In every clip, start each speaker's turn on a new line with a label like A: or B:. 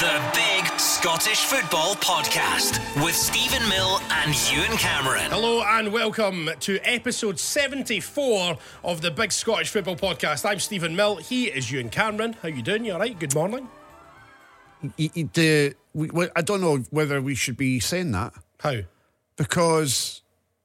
A: The Big Scottish Football Podcast with Stephen Mill and Ewan Cameron.
B: Hello and welcome to episode 74 of the Big Scottish Football Podcast. I'm Stephen Mill. He is Ewan Cameron. How you doing? You all right? Good morning.
C: y- y- the we, we, I don't know whether we should be saying that
B: How?
C: because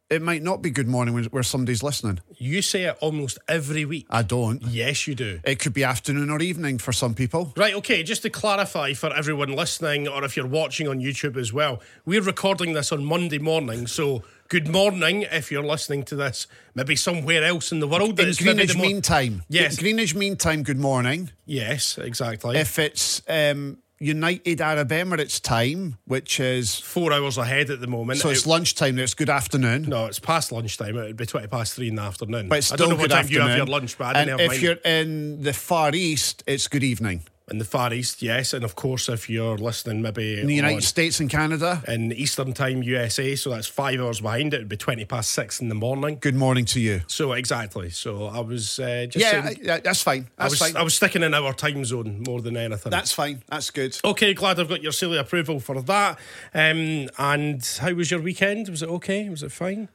C: it might not be good morning when, where somebody's listening.
B: You say it almost every week.
C: I don't.
B: Yes, you do.
C: It could be afternoon or evening for some people.
B: Right, okay, just to clarify for everyone listening or if you're watching on YouTube as well, we're recording this on Monday morning, so good morning if you're listening to this, maybe somewhere else in the world. that
C: In
B: it's maybe
C: Greenwich
B: the mo-
C: Mean Time.
B: Yes.
C: In Greenwich Mean Time, good morning.
B: Yes, exactly.
C: If it's um, United Arab Emirates time, which is,
B: Four hours ahead at the moment.
C: so it's
B: It-
C: lunchtime, it's good afternoon.
B: No, it's past lunchtime. It would be 20 past three in the afternoon.
C: But it's
B: I
C: still
B: don't know what
C: good
B: time
C: afternoon.
B: you have your lunch, but I didn't
C: and
B: have
C: if
B: mine.
C: you're in the Far East, it's good evening.
B: In the Far East, yes. And of course, if you're listening maybe
C: In the
B: on-
C: United States and Canada,
B: in Eastern Time, USA, so that's five hours behind, it would be 20 past six in the morning.
C: good morning to you.
B: So, exactly. So, I was uh, just
C: Yeah,
B: saying,
C: I- yeah, that's fine.
B: I
C: That's
B: was,
C: fine.
B: I was sticking in our time zone more than anything.
C: That's fine. That's good.
B: okay. Glad I've got your silly approval for that. Um, and how was your weekend? Was it okay? Was it fine?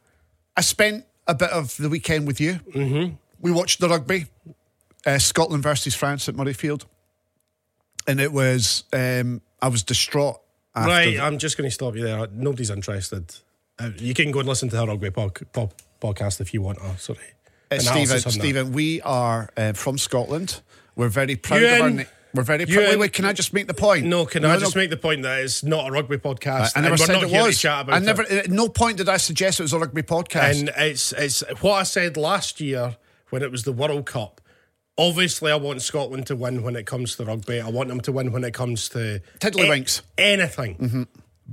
C: I spent a bit of the weekend with you. Mm-hmm. We watched the rugby, uh, Scotland versus France at Murrayfield, and it was um, I was distraught. Uh, After
B: Right,
C: the-
B: I'm just going to stop you there. Nobody's interested. Uh, you can go and listen to her rugby pod, pod, podcast if you want. Oh, sorry.
C: Uh, Stephen,
B: Analysis on that.
C: Stephen, we are uh, from Scotland. We're very proud of our.
B: Ewan.
C: Na- we're very proud. Wait,
B: Ewan.
C: wait, can I just make the point?
B: No, can I just make the point that it's not a rugby podcast?
C: I
B: and
C: never
B: we're
C: said
B: not
C: it
B: here to
C: was.
B: chat about
C: I never.
B: It.
C: At no point did I suggest it was a rugby podcast.
B: And it's it's what I said last year when it was the World Cup. Obviously, I want Scotland to win when it comes to rugby. I want them to win when it comes to
C: Tiddlywinks.
B: a- anything.
C: Mm-hmm.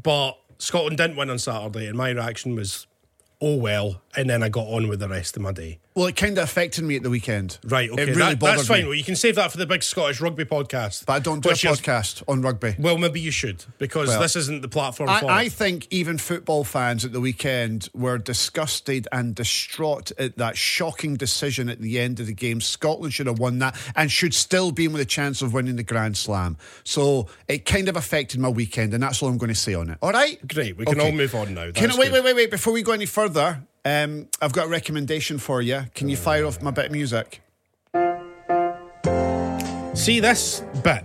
B: But Scotland didn't win on Saturday, and my reaction was, "Oh well." And then I got on with the rest of my day.
C: well, it kind of affected me at the weekend.
B: Right, okay.
C: It really
B: that,
C: bothered
B: that's fine.
C: me.
B: Well, you can save that for the big Scottish rugby podcast.
C: But I don't do
B: which
C: a
B: is-
C: podcast on rugby.
B: Well, maybe you should, because this isn't the platform for
C: I, I
B: it.
C: think even football fans at the weekend were disgusted and distraught at that shocking decision at the end of the game. Scotland should have won that and should still be with a chance of winning the Grand Slam. So it kind of affected my weekend, and that's all I'm going to say on it. All right?
B: Great, we can all move on now.
C: Can I,
B: That's
C: wait,
B: good.
C: wait, wait, wait. Before we go any further, um, I've got a recommendation for you. Can you fire off my bit of music?
B: See this bit,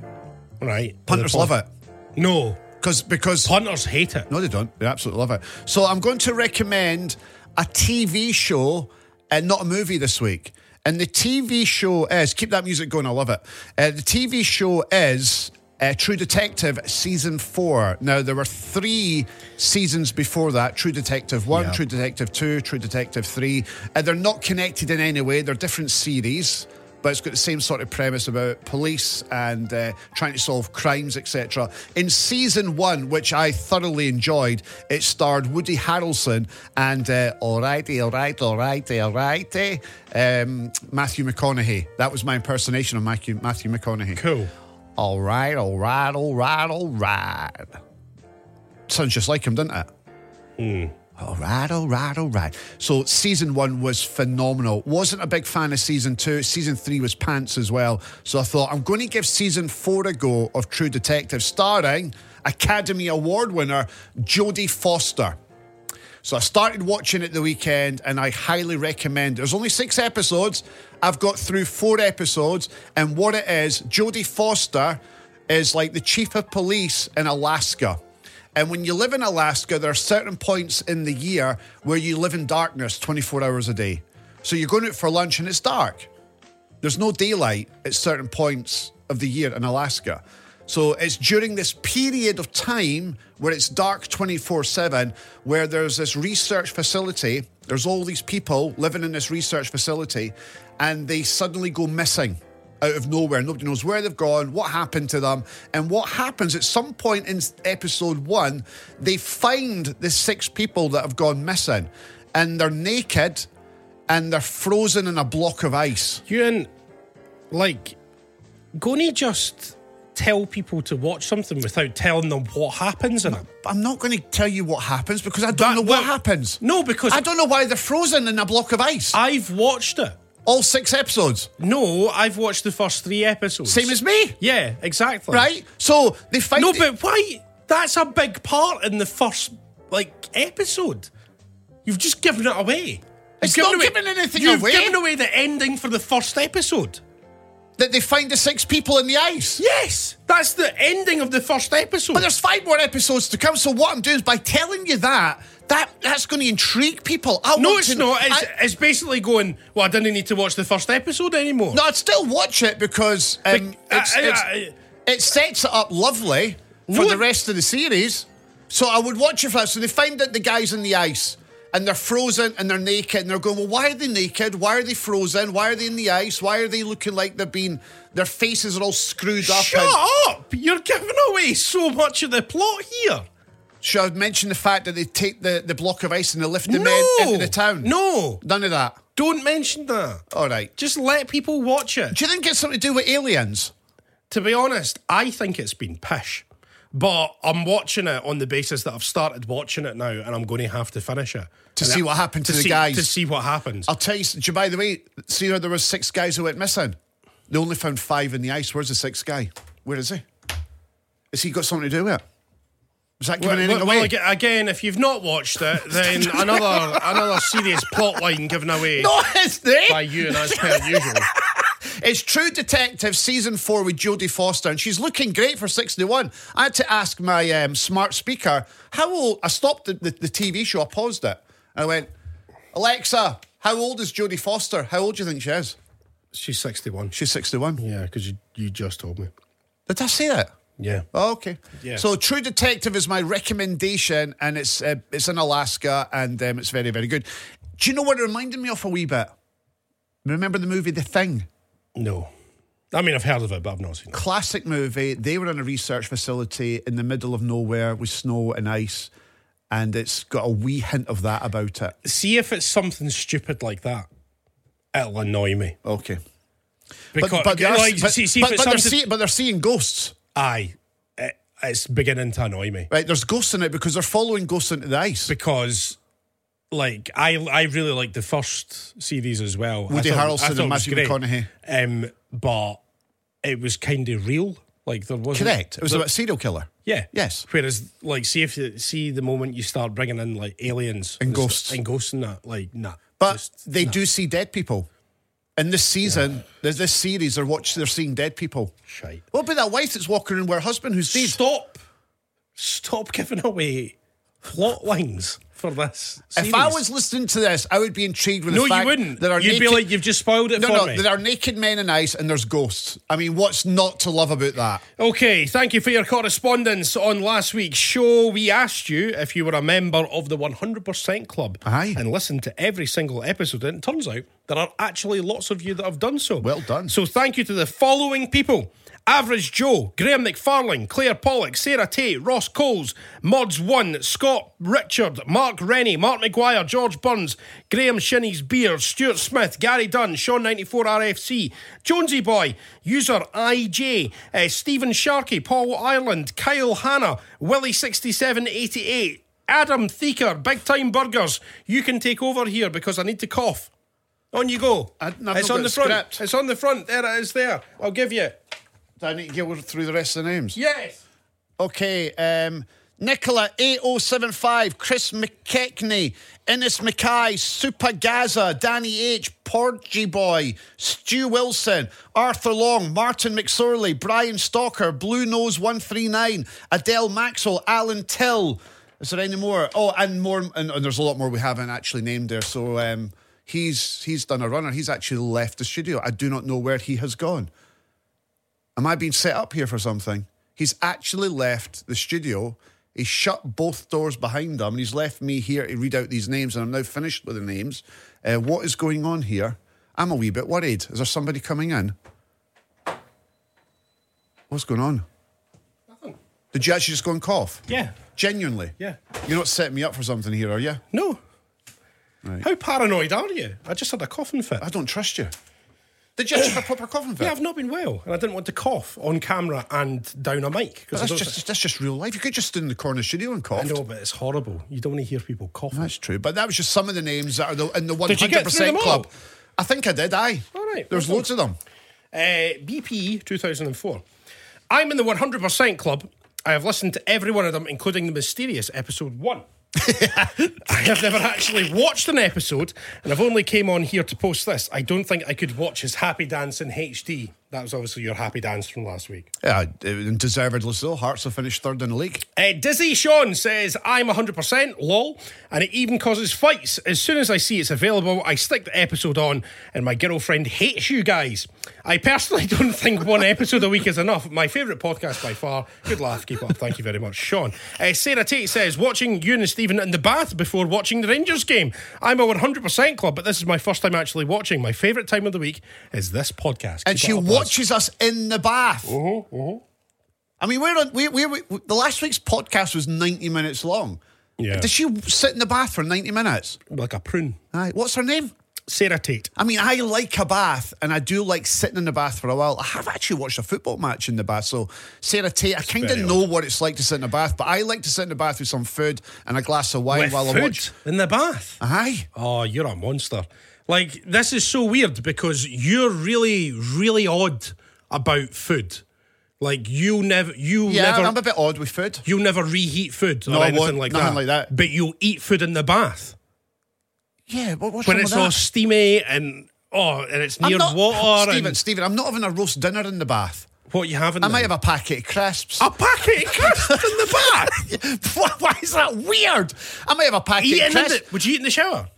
B: right?
C: Punters love it.
B: No,
C: 'Cause- because
B: punters hate it.
C: No, they don't. They absolutely love it. So I'm going to recommend a TV show and not a movie this week. And the TV show is keep that music going. I love it. Uh, the TV show is. Uh, True Detective season four. Now there were three seasons before that: True Detective one,
B: Yeah.
C: True Detective two, True Detective three. Uh, they're not connected in any way. They're different series, but it's got the same sort of premise about police and uh, trying to solve crimes, etc. In season one, which I thoroughly enjoyed, it starred Woody Harrelson and uh, alrighty, alright, alrighty, alrighty, um, Matthew McConaughey. That was my impersonation of Matthew, Matthew McConaughey.
B: Cool.
C: All right, all right, all right, all right. Sounds just like him, doesn't it? All right, all right, all right. So season one was phenomenal. Wasn't a big fan of season two. Season three was pants as well. So I thought I'm going to give season four a go of True Detective, starring Academy Award winner Jodie Foster. So I started watching it the weekend and I highly recommend. it. There's only six episodes. I've got through four episodes. And what it is, Jodie Foster is like the chief of police in Alaska. And when you live in Alaska, there are certain points in the year where you live in darkness 24 hours a day. So you're going out for lunch and it's dark. There's no daylight at certain points of the year in Alaska. So it's during this period of time where it's dark 24 7, where there's this research facility. There's all these people living in this research facility, and they suddenly go missing out of nowhere. Nobody knows where they've gone, what happened to them. And what happens at some point in episode one, they find the six people that have gone missing, and they're naked and they're frozen in a block of ice.
B: Ewan, like, gonna just tell people to watch something without telling them what happens in it.
C: I'm not going to tell you what happens because I don't know what
B: well,
C: happens.
B: No, because
C: I don't know why they're frozen in a block of ice.
B: I've watched it.
C: All six episodes.
B: No, I've watched the first three episodes.
C: Same as me,
B: Yeah, exactly.
C: right? So they fight.
B: No, but why? That's a big part in the first like episode. You've just given it away.
C: It's
B: You've
C: not giving anything
B: you've
C: away.
B: given away the ending for the first episode.
C: that they find the six people in the ice.
B: Yes, that's the ending of the first episode.
C: But there's five more episodes to come. So what I'm doing is by telling you that that that's going to intrigue people. I
B: no,
C: want
B: it's
C: to-
B: not. It's,
C: I,
B: it's basically going. Well, I didn't need to watch the first episode anymore.
C: no, I'd still watch it because um,
B: I-
C: it's,
B: I-
C: it's,
B: uh, I-
C: it sets it up lovely for
B: What?
C: the rest of the series. So I would watch it for that. So they find that the guys in the ice and they're frozen and they're naked and they're going, well, why are they naked? Why are they frozen? Why are they in the ice? Why are they looking like they're being? Their faces are all screwed up.
B: Shut
C: and-
B: up! You're giving away so much of the plot here.
C: Should I mention the fact that they take the, the block of ice and they lift the
B: no,
C: men into the town?
B: No,
C: None of that.
B: don't mention that.
C: All right.
B: Just let people watch it.
C: Do you think it's something to do with aliens?
B: To be honest, I think it's been pish. But I'm watching it on the basis that I've started watching it now and I'm going to have to finish it.
C: To
B: And
C: see
B: I-
C: what happened to the
B: see-
C: guys.
B: To see what happens.
C: I'll tell you, s- do you- by the way, see how there were six guys who went missing? They only found five in the ice. Where's the sixth guy? Where is he? Has he got something to do with it? Is that giving
B: Well,
C: anything
B: well,
C: away?
B: well, aga- again, if you've not watched it, then another another serious plot line given away
C: no, it's there.
B: by you and as per usual.
C: It's True Detective season four with Jodie Foster, and she's looking great for 61. I had to ask my um, smart speaker, how old? I stopped the, the, the TV show, I paused it. And I went, Alexa, how old is Jodie Foster? How old do you think she is?
B: She's 61.
C: She's 61.
B: Yeah, because you, you just told me.
C: Did I say that?
B: Yeah.
C: Oh, okay.
B: Yeah.
C: So True Detective is my recommendation, and it's uh, it's in Alaska, and um, it's very, very good. Do you know what it reminded me of a wee bit? Remember the movie The Thing?
B: No. I mean, I've heard of it, but I've not seen it.
C: classic movie. They were in a research facility in the middle of nowhere with snow and ice, and it's got a wee hint of that about it.
B: See if it's something stupid like that. It'll annoy me.
C: Okay, but
B: Because,
C: but they are-
B: like,
C: but-
B: see, see
C: but-
B: if it's
C: but they're
B: something-
C: see- but they're seeing ghosts.
B: Aye, it, it's beginning to annoy me
C: Right, there's ghosts in it because they're following ghosts into the ice.
B: because, like, I I really like the first series as well.
C: Woody
B: I thought-
C: Harrelson
B: I thought
C: and
B: it was
C: Matthew
B: great.
C: McConaughey.
B: Um, but it was kind of real. Like there was
C: Correct. It was about a serial killer.
B: yeah.
C: Yes.
B: Whereas, like, see if you, see the moment you start bringing in like aliens
C: And
B: st-
C: ghosts.
B: and ghosts and that, like, nah.
C: But
B: just
C: they do see dead people. In this season, there's this series they're watching. They're seeing dead people.
B: shite.
C: What about that wife that's walking around with her husband who's dead?
B: Stop, stop giving away plot lines for this.
C: If I
B: series.
C: was listening to this, I would be intrigued with
B: no,
C: the fact
B: you wouldn't.
C: that our
B: You'd be
C: naked-
B: like, you've just spoiled it
C: No,
B: for
C: no,
B: me.
C: there are naked men in ice and there's ghosts. I mean, what's not to love about that?
B: Okay, thank you for your correspondence on last week's show. We asked you if you were a member of the 100% Club
C: Aye.
B: and listened to every single episode. And it turns out there are actually lots of you that have done so.
C: Well done.
B: So thank you to the following people Average Joe, Graham McFarlane, Claire Pollock, Sarah Tate, Ross Coles, Mods One, Scott Richard, Mark Rennie, Mark McGuire, George Burns, Graham Shinny's Beer, Stuart Smith, Gary Dunn, Sean94 RFC, Jonesy Boy, User IJ, uh, Stephen Sharkey, Paul Ireland, Kyle Hanna, Willie6788, Adam Theaker, Big Time Burgers. You can take over here because I need to cough. On you go.
C: I- I've not
B: it's
C: got
B: on
C: a
B: the front.
C: script.
B: It's on the front. There it is. There. I'll give you.
C: Do I need to go through the rest of the names?
B: Yes.
C: Okay, um, Nicola 8075, Chris McKechnie, Innes Mackay, Super Gaza, Danny H, Porgy Boy, Stu Wilson, Arthur Long, Martin McSorley, Brian Stalker, Blue Nose 139, Adele Maxwell, Alan Till. Is there any more? Oh, and more, and, and there's a lot more we haven't actually named there. So um, he's he's done a runner. He's actually left the studio. I do not know where he has gone. Am I being set up here for something? He's actually left the studio. He's shut both doors behind him and he's left me here to read out these names. And I'm now finished with the names. Uh, what is going on here? I'm a wee bit worried. Is there somebody coming in? What's going on?
B: Nothing.
C: Did you actually just go and cough?
B: Yeah.
C: Genuinely?
B: Yeah.
C: You're not setting me up for something here, are you?
B: No.
C: Right.
B: How paranoid are you? I just had a coughing fit.
C: I don't trust you. Did you actually have a proper coughing fit?
B: yeah, I've not been well, and I didn't want to cough on camera and down a mic because I
C: that's
B: don't.
C: just that's just real life. You could just stand in the corner of the studio and
B: I
C: cough.
B: know, but it's horrible. You don't want to hear people coughing.
C: That's true. But that was just some of the names that are the, in the
B: Did you get through
C: 100%
B: them all?
C: club. I think I did, aye.
B: All right,
C: There's
B: well
C: loads of them.
B: Uh, BP 2004. I'm in the 100% club. I have listened to every one of them, including the mysterious episode one. I have never actually watched an episode, and I've only came on here to post this. I don't think I could watch his happy dance in HD. That was obviously your happy dance from last week.
C: Yeah, and deservedly so. Hearts have finished third in the league.
B: Uh, Dizzy Sean says, I'm 100%, lol, and it even causes fights. As soon as I see it's available, I stick the episode on, and my girlfriend hates you guys. I personally don't think one episode a week is enough. My favourite podcast by far. Good laugh, keep up. Thank you very much, Sean. Uh, Sarah Tate says, watching you and Stephen in the bath before watching the Rangers game. I'm a 100% club, but this is my first time actually watching. My favourite time of the week is this podcast.
C: And
B: Keep
C: she
B: it up, lads. Oh.
C: watches us in the bath. I mean, we're on. We, we, we, the last week's podcast was 90 minutes long.
B: Yeah.
C: Did she sit in the bath for 90 minutes?
B: Like a prune.
C: Aye. What's her name?
B: Sarah Tate.
C: I mean, I like a bath and I do like sitting in the bath for a while. I have actually watched a football match in the bath. So, Sarah Tate, I kind of
B: very
C: know what it's like to sit in a bath, but I like to sit in the bath with some food and a glass of wine
B: With
C: while
B: food
C: I watch.
B: in the bath.
C: Aye.
B: Oh, you're a monster. Like, this is so weird because you're really, really odd about food. Like you never you
C: Yeah,
B: never
C: I'm a bit odd with food.
B: you never reheat food or
C: No, I
B: anything
C: won't.
B: like
C: Nothing
B: that.
C: like that.
B: But you'll eat food in the bath.
C: Yeah, what, what's
B: When
C: wrong
B: it's
C: with that?
B: all steamy and oh and it's near water
C: Stephen,
B: and
C: Stephen, I'm not having a roast dinner in the bath.
B: what you have in
C: I
B: there.
C: might have a packet of crisps.
B: a packet of crisps in the bath.
C: Why why is that weird? I might have a packet
B: Eating in
C: of crisps.
B: the, would you eat in the shower?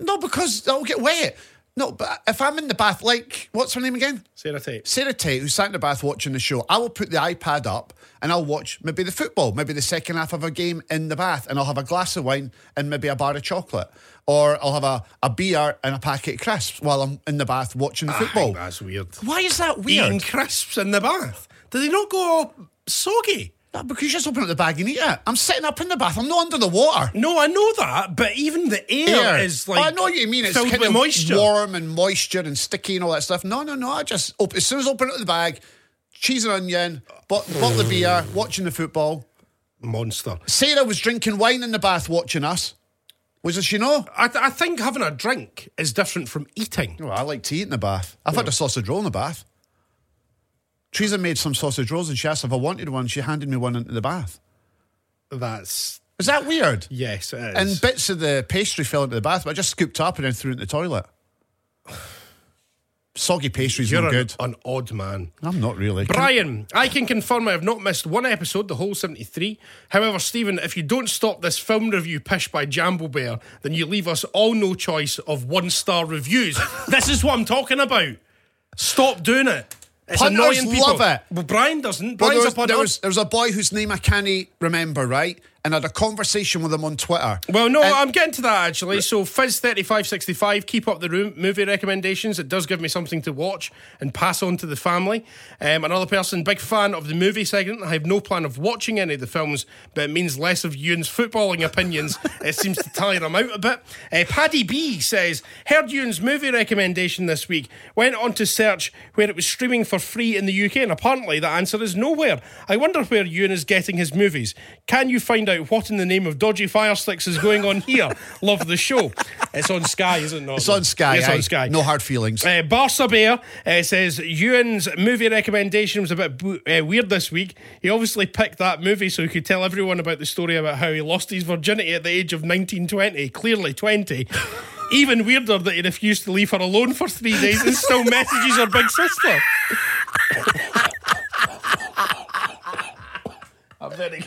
C: No, because I'll get wet. No, but if I'm in the bath, like, what's her name again?
B: Sarah Tate.
C: Sarah Tate, who sat in the bath watching the show, I will put the iPad up and I'll watch maybe the football, maybe the second half of a game in the bath, and I'll have a glass of wine and maybe a bar of chocolate. Or I'll have a, a beer and a packet of crisps while I'm in the bath watching the
B: I think
C: football.
B: That's weird.
C: Why is that weird?
B: Eating crisps in the bath. Do they not go all soggy?
C: No, because you just open up the bag and eat it. I'm sitting up in the bath. I'm not under the water.
B: No, I know that, but even the air,
C: Air. Oh,
B: is like
C: I know what you mean. It's
B: filled
C: kind
B: with
C: of
B: moisture.
C: warm and moisture and sticky and all that stuff. No, no, no. I just op- as soon as I open up the bag, cheese and onion, but bottle of beer, watching the football.
B: Monster.
C: Sarah was drinking wine in the bath, watching us. Was this you know?
B: I, th- I think having a drink is different from eating.
C: Well, Oh, I like to eat in the bath. I've had a sausage roll in the bath. Teresa made some sausage rolls and she asked if I wanted one. She handed me one into the bath.
B: That's
C: Is that weird?
B: yes, it is.
C: And bits of the pastry fell into the bath, but I just scooped up and then threw it in the toilet. Soggy pastry's
B: You're
C: no
B: an,
C: good.
B: an odd man.
C: I'm not really.
B: Brian, I can confirm I have not missed one episode, the whole 73. However, Stephen, if you don't stop this film review pish by Jambo Bear, then you leave us all no choice of one star reviews. this is what I'm talking about. Stop doing it. It's
C: Punters
B: annoying people.
C: love it.
B: Well, Brian doesn't.
C: Well, there,
B: Brian's
C: was,
B: up on
C: there, was, there was a boy whose name I can't remember, right? And I had a conversation with him on Twitter.
B: Well, no,
C: And-
B: I'm getting to that actually. So, Fizz thirty five sixty five, keep up the room, movie recommendations. It does give me something to watch and pass on to the family. Um, another person, big fan of the movie segment. I have no plan of watching any of the films, but it means less of Ewan's footballing opinions. it seems to tire him out a bit. Uh, Paddy B says, heard Ewan's movie recommendation this week. Went on to search where it was streaming for free in the UK, and apparently the answer is nowhere. I wonder where Ewan is getting his movies. Can you find out what in the name of dodgy fire sticks is going on here? Love the show. It's on Sky, is it not?
C: It's on Sky.
B: It's
C: aye.
B: on Sky.
C: No hard feelings.
B: Uh, Barca Bear uh, says Ewan's movie recommendation was a bit bu- uh, weird this week. He obviously picked that movie so he could tell everyone about the story about how he lost his virginity at the age of 1920, clearly 20. Even weirder that he refused to leave her alone for three days and still messages her big sister. I'm very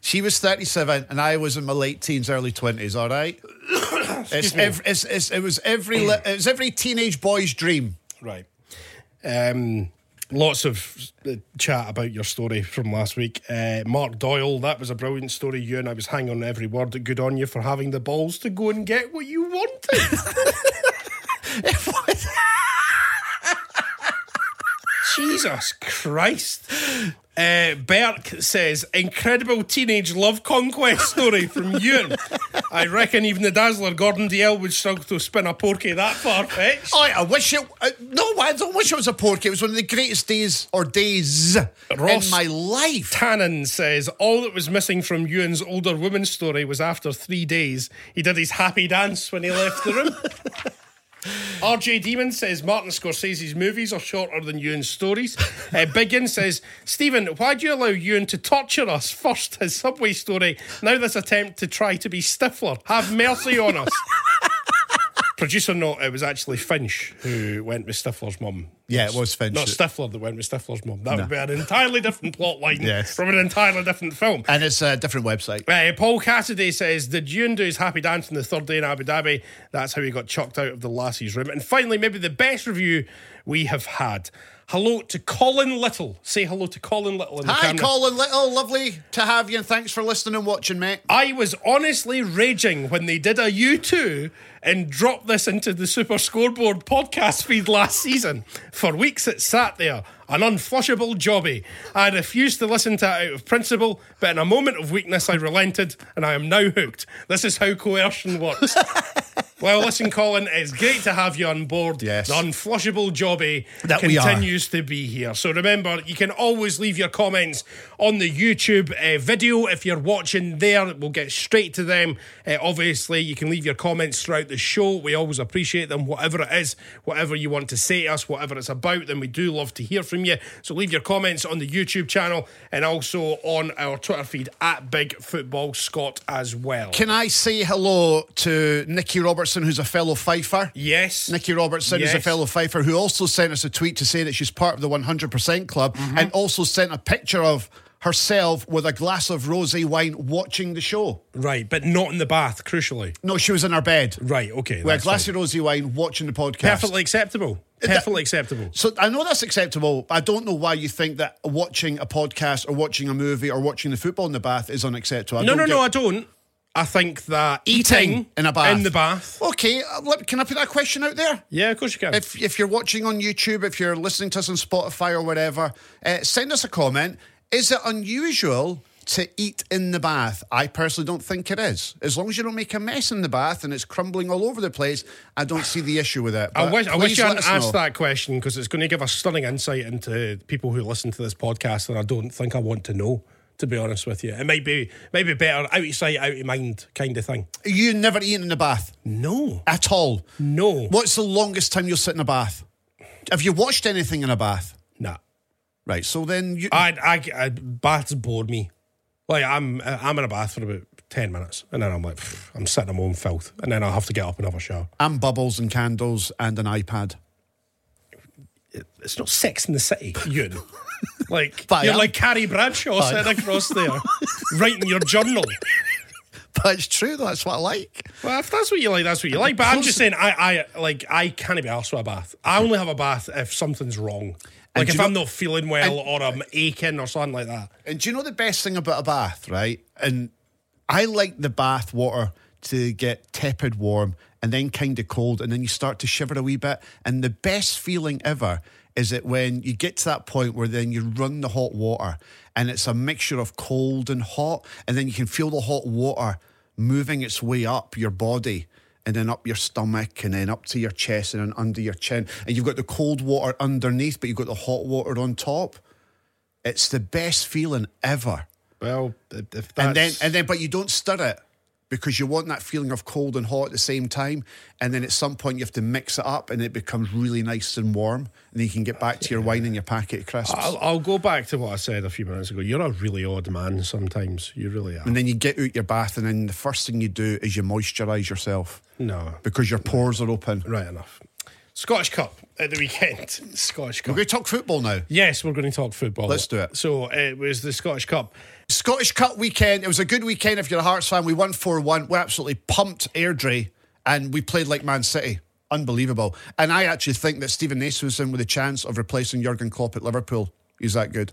C: She was 37 and I was in my late teens, early 20s, all right? it's
B: me.
C: ev- it's, it's, it, was every li- it was every teenage boy's dream.
B: Right. Um, lots of uh, chat about your story from last week. Uh, Mark Doyle, that was a brilliant story. You and I was hanging on every word. Good on you for having the balls to go and get what you wanted. Jesus Christ. Uh, Berk says, incredible teenage love conquest story from Ewan. I reckon even the Dazzler, Gordon DL, would struggle to spin a porky that far fetched.
C: I, I wish it. Uh, no, I don't wish it was a porky. It was one of the greatest days or days
B: Ross-
C: in my life.
B: Tannen says, all that was missing from Ewan's older woman story was after three days, he did his happy dance when he left the room. RJ Demon says Martin Scorsese's movies are shorter than Ewan's stories. Uh, Biggin says, Stephen, why do you allow Ewan to torture us? First his subway story, now this attempt to try to be Stifler. Have mercy on us. Producer note, it was actually Finch who went with Stifler's mum.
C: Yeah, it was Finch.
B: Not Stifler that went with Stifler's mum. That would be an entirely different plot line
C: Yes.
B: from an entirely different film.
C: And it's a different website.
B: Uh, Paul Cassidy says, Did Ewan do his happy dance on the third day in Abu Dhabi? That's how he got chucked out of the lassie's room. And finally, maybe the best review we have had. Hello to Colin Little. Say hello to Colin Little in the
C: Hi,
B: camera.
C: Colin Little. Lovely to have you, and thanks for listening and watching, mate.
B: I was honestly raging when they did a U2 and dropped this into the Super Scoreboard podcast feed last season. For weeks it sat there, an unflushable jobby. I refused to listen to it out of principle, but in a moment of weakness I relented and I am now hooked. This is how coercion works. well, listen, Colin, it's great to have you on board.
C: Yes.
B: The unflushable jobby
C: That we are.
B: continues continues to be here. So remember, you can always leave your comments on the YouTube uh, video if you're watching there. We'll get straight to them. Uh, obviously, you can leave your comments throughout the show. We always appreciate them, whatever it is, whatever you want to say to us, whatever it's about. Then we do love to hear from you. So leave your comments on the YouTube channel and also on our Twitter feed at Big Football Scott as well.
C: Can I say hello to Nikki Robertson, who's a fellow Fifer?
B: yes,
C: Nikki Robertson is a
B: Yes.
C: fellow Fifer who also sent us a tweet to say that she's part of the 100% Club
B: Mm-hmm.
C: and also sent a picture of herself with a glass of rosé wine watching the show.
B: right, but not in the bath. Crucially,
C: No, she was in her bed
B: right? Okay,
C: with a
B: that's
C: glass
B: fine.
C: of rosé wine watching the podcast.
B: perfectly acceptable. Perfectly acceptable.
C: So I know that's acceptable. I don't know why you think that watching a podcast or watching a movie or watching the football in the bath is unacceptable. I
B: No,
C: don't
B: no,
C: get-
B: no, I don't. I think that
C: Eating in a bath.
B: In the bath.
C: Okay, uh, let- can I put that question out there?
B: Yeah, of course you can.
C: If if you're watching on YouTube, if you're listening to us on Spotify or whatever, uh, send us a comment. Is it unusual to eat in the bath? I personally don't think it is. As long as you don't make a mess in the bath and it's crumbling all over the place, I don't see the issue with it.
B: I
C: But
B: wish, I wish
C: uh, please
B: you
C: let
B: hadn't
C: us know.
B: asked that question because it's going to give a stunning insight into people who listen to this podcast that I don't think I want to know, to be honest with you. It might be, might be better out of sight, out of mind kind of thing.
C: You never eat in the bath
B: No.
C: at all.
B: No.
C: What's the longest time you'll sit in a bath? Have you watched anything in a bath?
B: Nah.
C: Right. So then you.
B: I, I, I, baths bore me. Like, I'm, I'm in a bath for about 10 minutes and then I'm like, "Pff, I'm sitting in my own filth. And then I'll have to get up and have a shower.
C: and bubbles and candles and an iPad.
B: it's not Sex in the City, Ewan. Like
C: But I
B: you're
C: am.
B: like Carrie Bradshaw
C: I
B: sitting across there, writing your journal.
C: But it's true. though, That's what I like.
B: Well, if that's what you like, that's what you like. But I'm just saying, I, I like, I can't be asked for a bath. I only have a bath if something's wrong, like
C: And do
B: if
C: you
B: I'm not feeling well or I'm aching or something like that.
C: And do you know the best thing about a bath, right? And I like the bath water to get tepid warm and then kind of cold, and then you start to shiver a wee bit. And the best feeling ever is it when you get to that point where then you run the hot water and it's a mixture of cold and hot, and then you can feel the hot water moving its way up your body. And then up your stomach, and then up to your chest, and then under your chin. And you've got the cold water underneath, but you've got the hot water on top. It's the best feeling ever.
B: Well, if that's
C: And then and then but you don't stir it because you want that feeling of cold and hot at the same time. And then at some point you have to mix it up and it becomes really nice and warm. And then you can get back to your wine and your packet of crisps.
B: I'll, I'll go back to what I said a few minutes ago. You're a really odd man. Sometimes you really are.
C: and then you get out your bath and then the first thing you do is you moisturise yourself.
B: No.
C: Because your pores are open.
B: Right enough. Scottish Cup at the weekend. Scottish Cup.
C: We're going to talk football now.
B: Yes, we're going to talk football.
C: Let's do it.
B: So it was the Scottish Cup.
C: Scottish Cup weekend. It was a good weekend if you're a Hearts fan. We won 4 1. We're absolutely pumped Airdrie and we played like Man City. Unbelievable. And I actually think that Stephen Nace was in with a chance of replacing Jurgen Klopp at Liverpool. He's that good.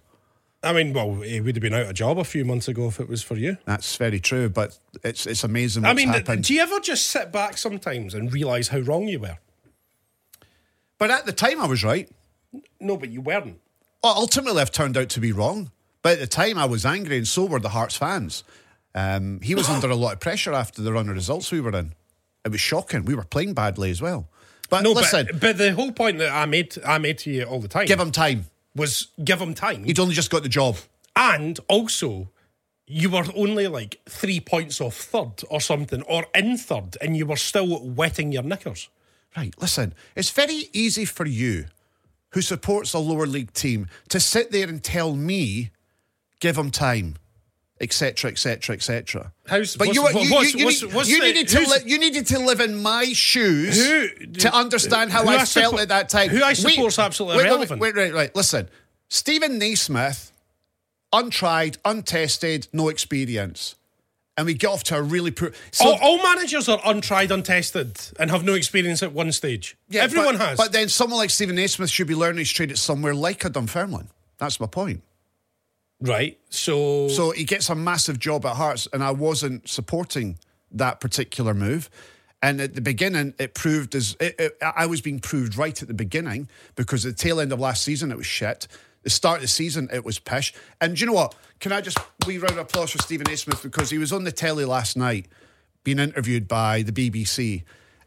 B: I mean, well, he would have been out of job a few months ago if it was for you.
C: That's very true, but it's it's amazing
B: I
C: what's
B: mean,
C: happened.
B: do you ever just sit back sometimes and realise how wrong you were?
C: but at the time, I was right.
B: No, but you weren't.
C: Well, ultimately, I've turned out to be wrong. But at the time, I was angry, and so were the Hearts fans. Um, he was under a lot of pressure after the run of results we were in. It was shocking. We were playing badly as well. But
B: No,
C: listen,
B: but, but the whole point that I made, I made to you all the time,
C: give him time.
B: was give him time,
C: He'd only just got the job.
B: and also you were only like three points off third or something, or in third, and you were still wetting your knickers.
C: Right, listen, it's very easy for you, who supports a lower league team, to sit there and tell me, give him time, etc., etc., etc.
B: How's-
C: But you,
B: what's-
C: were- you,
B: what's-
C: you, you
B: what's-
C: need-
B: what's
C: you
B: the-
C: needed to
B: who's-
C: li- you needed to live in my shoes
B: Who-
C: to understand how
B: who
C: I,
B: I
C: felt
B: suppo-
C: at that time.
B: who I
C: We-
B: support's absolutely
C: wait, wait,
B: irrelevant.
C: Wait, right, right. Listen, Stephen Naismith, untried, untested, no experience, and we get off to a really poor. So
B: all, all managers are untried, untested, and have no experience at one stage.
C: Yeah,
B: Everyone
C: but,
B: has.
C: But then someone like Stephen Naismith should be learning his trade at somewhere like a Dunfermline. That's my point.
B: right. So,
C: So he gets a massive job at Hearts, and I wasn't supporting that particular move. And at the beginning, it proved as it, it, I was being proved right at the beginning because at the tail end of last season, it was shit. The start of the season, it was pish. And do you know what? Can I just wee round of applause for Stephen Naismith because he was on the telly last night being interviewed by the BBC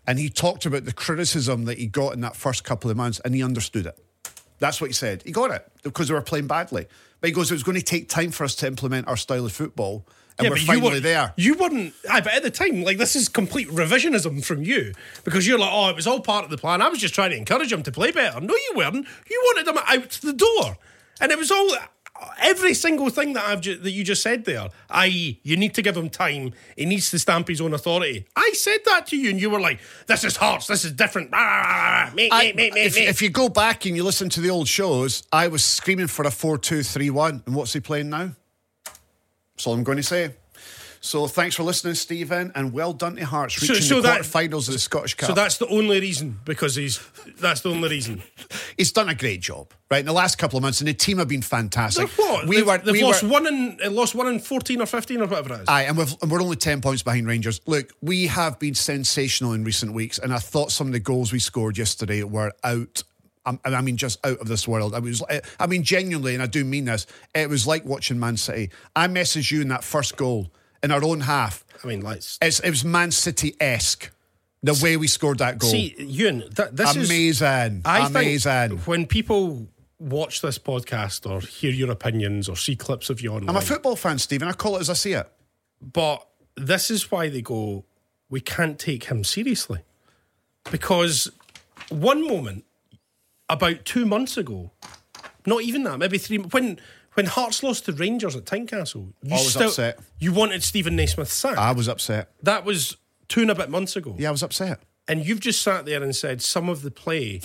C: and he talked about the criticism that he got in that first couple of months and he understood it. That's what he said. He got it because they were playing badly. But he goes, it was going to take time for us to implement our style of football. And
B: yeah,
C: we're
B: but you
C: finally
B: were
C: there.
B: You weren't. Aye, but at the time, like this is complete revisionism from you because you're like, oh, it was all part of the plan. I was just trying to encourage him to play better. No, you weren't. You wanted him out the door, and it was all. Every single thing that I've ju- that you just said there, i.e., you need to give him time. He needs to stamp his own authority. I said that to you, and you were like, "This is Hearts. This is different." Rah, rah, rah, rah. Mate,
C: I-
B: mate, mate, mate,
C: if,
B: mate.
C: if you go back and you listen to the old shows, I was screaming for a 4 2 3 1. And what's he playing now? That's all I'm going to say. So thanks for listening, Stephen, and well done to Hearts reaching
B: so
C: the
B: that-
C: quarterfinals of the Scottish Cup.
B: So that's the only reason because he's. That's the only reason.
C: he's done a great job, right? In the last couple of months, and the team have been fantastic.
B: They've what?
C: We
B: They've-
C: were,
B: they've
C: we
B: lost
C: were,
B: one in they lost one in fourteen or fifteen or whatever it is.
C: Aye, and, we've, and we're only 10 points behind Rangers. Look, we have been sensational in recent weeks, and I thought some of the goals we scored yesterday were out. um, I mean, just out of this world. I was, eh, I mean, genuinely, and I do mean this. It was like watching Man City. I messaged you in that first goal in our own half.
B: I mean, let's
C: It's, it was Man City esque the way we scored that goal.
B: see, Ewan. Th- this is
C: amazing,
B: I
C: amazing.
B: think when people watch this podcast or hear your opinions or see clips of you online,
C: I'm a football fan, Stephen. I call it as I see it.
B: but this is why they go. We can't take him seriously because one moment about two months ago, not even that, maybe three when. When Hearts lost to Rangers at Tynecastle, you
C: I was
B: still
C: upset.
B: you wanted Stephen Naismith sacked.
C: I was upset.
B: That was two and a bit months ago.
C: Yeah, I was upset.
B: And you've just sat there and said some of the play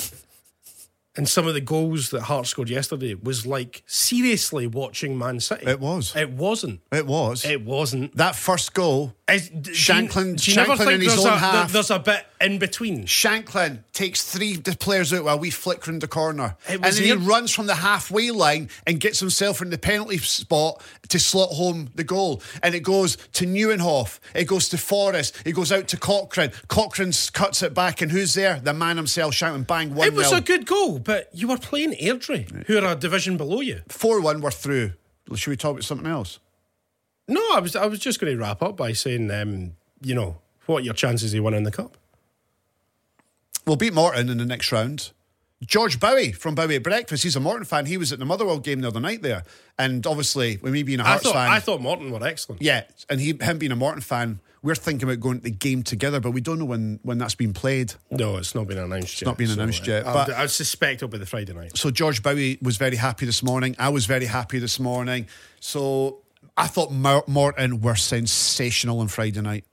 B: and some of the goals that Hart scored yesterday was like seriously watching Man City.
C: It was.
B: It wasn't.
C: It was.
B: It wasn't.
C: that first goal
B: Is- d- do you-
C: Shanklin-
B: do you
C: Shanklin
B: never think
C: in his
B: there's
C: own
B: a, there-
C: half.
B: There's a bit in between.
C: Shanklin takes three d- players out while we flicker in the corner.
B: It
C: And
B: was
C: then he
B: weird.
C: runs from the halfway line and gets himself in the penalty spot to slot home the goal. And it goes to Newenhoff. It goes to Forrest. It goes out to Cochrane. Cochrane s- cuts it back. And who's there? The man himself shouting bang 1
B: It was
C: 0.
B: a good goal, but you were playing Airdrie, who are a division below you.
C: 4 1, we're through. Should we talk about something else?
B: No, I was I was just going to wrap up by saying, um, you know, what are your chances of winning the cup?
C: We'll beat Morton in the next round. George Bowie from Bowie at Breakfast. He's a Morton fan. He was at the Motherwell game the other night there. And obviously, with me being a
B: I
C: Hearts
B: thought
C: fan.
B: I thought Morton were excellent.
C: Yeah, and he, him being a Morton fan, we're thinking about going to the game together, but we don't know when, when that's been played.
B: No, it's not been announced yet. It's
C: not been announced yet, but-
B: Um, I suspect it'll be the Friday night.
C: So George Bowie was very happy this morning. I was very happy this morning. So I thought Mor- Morton were sensational on Friday night.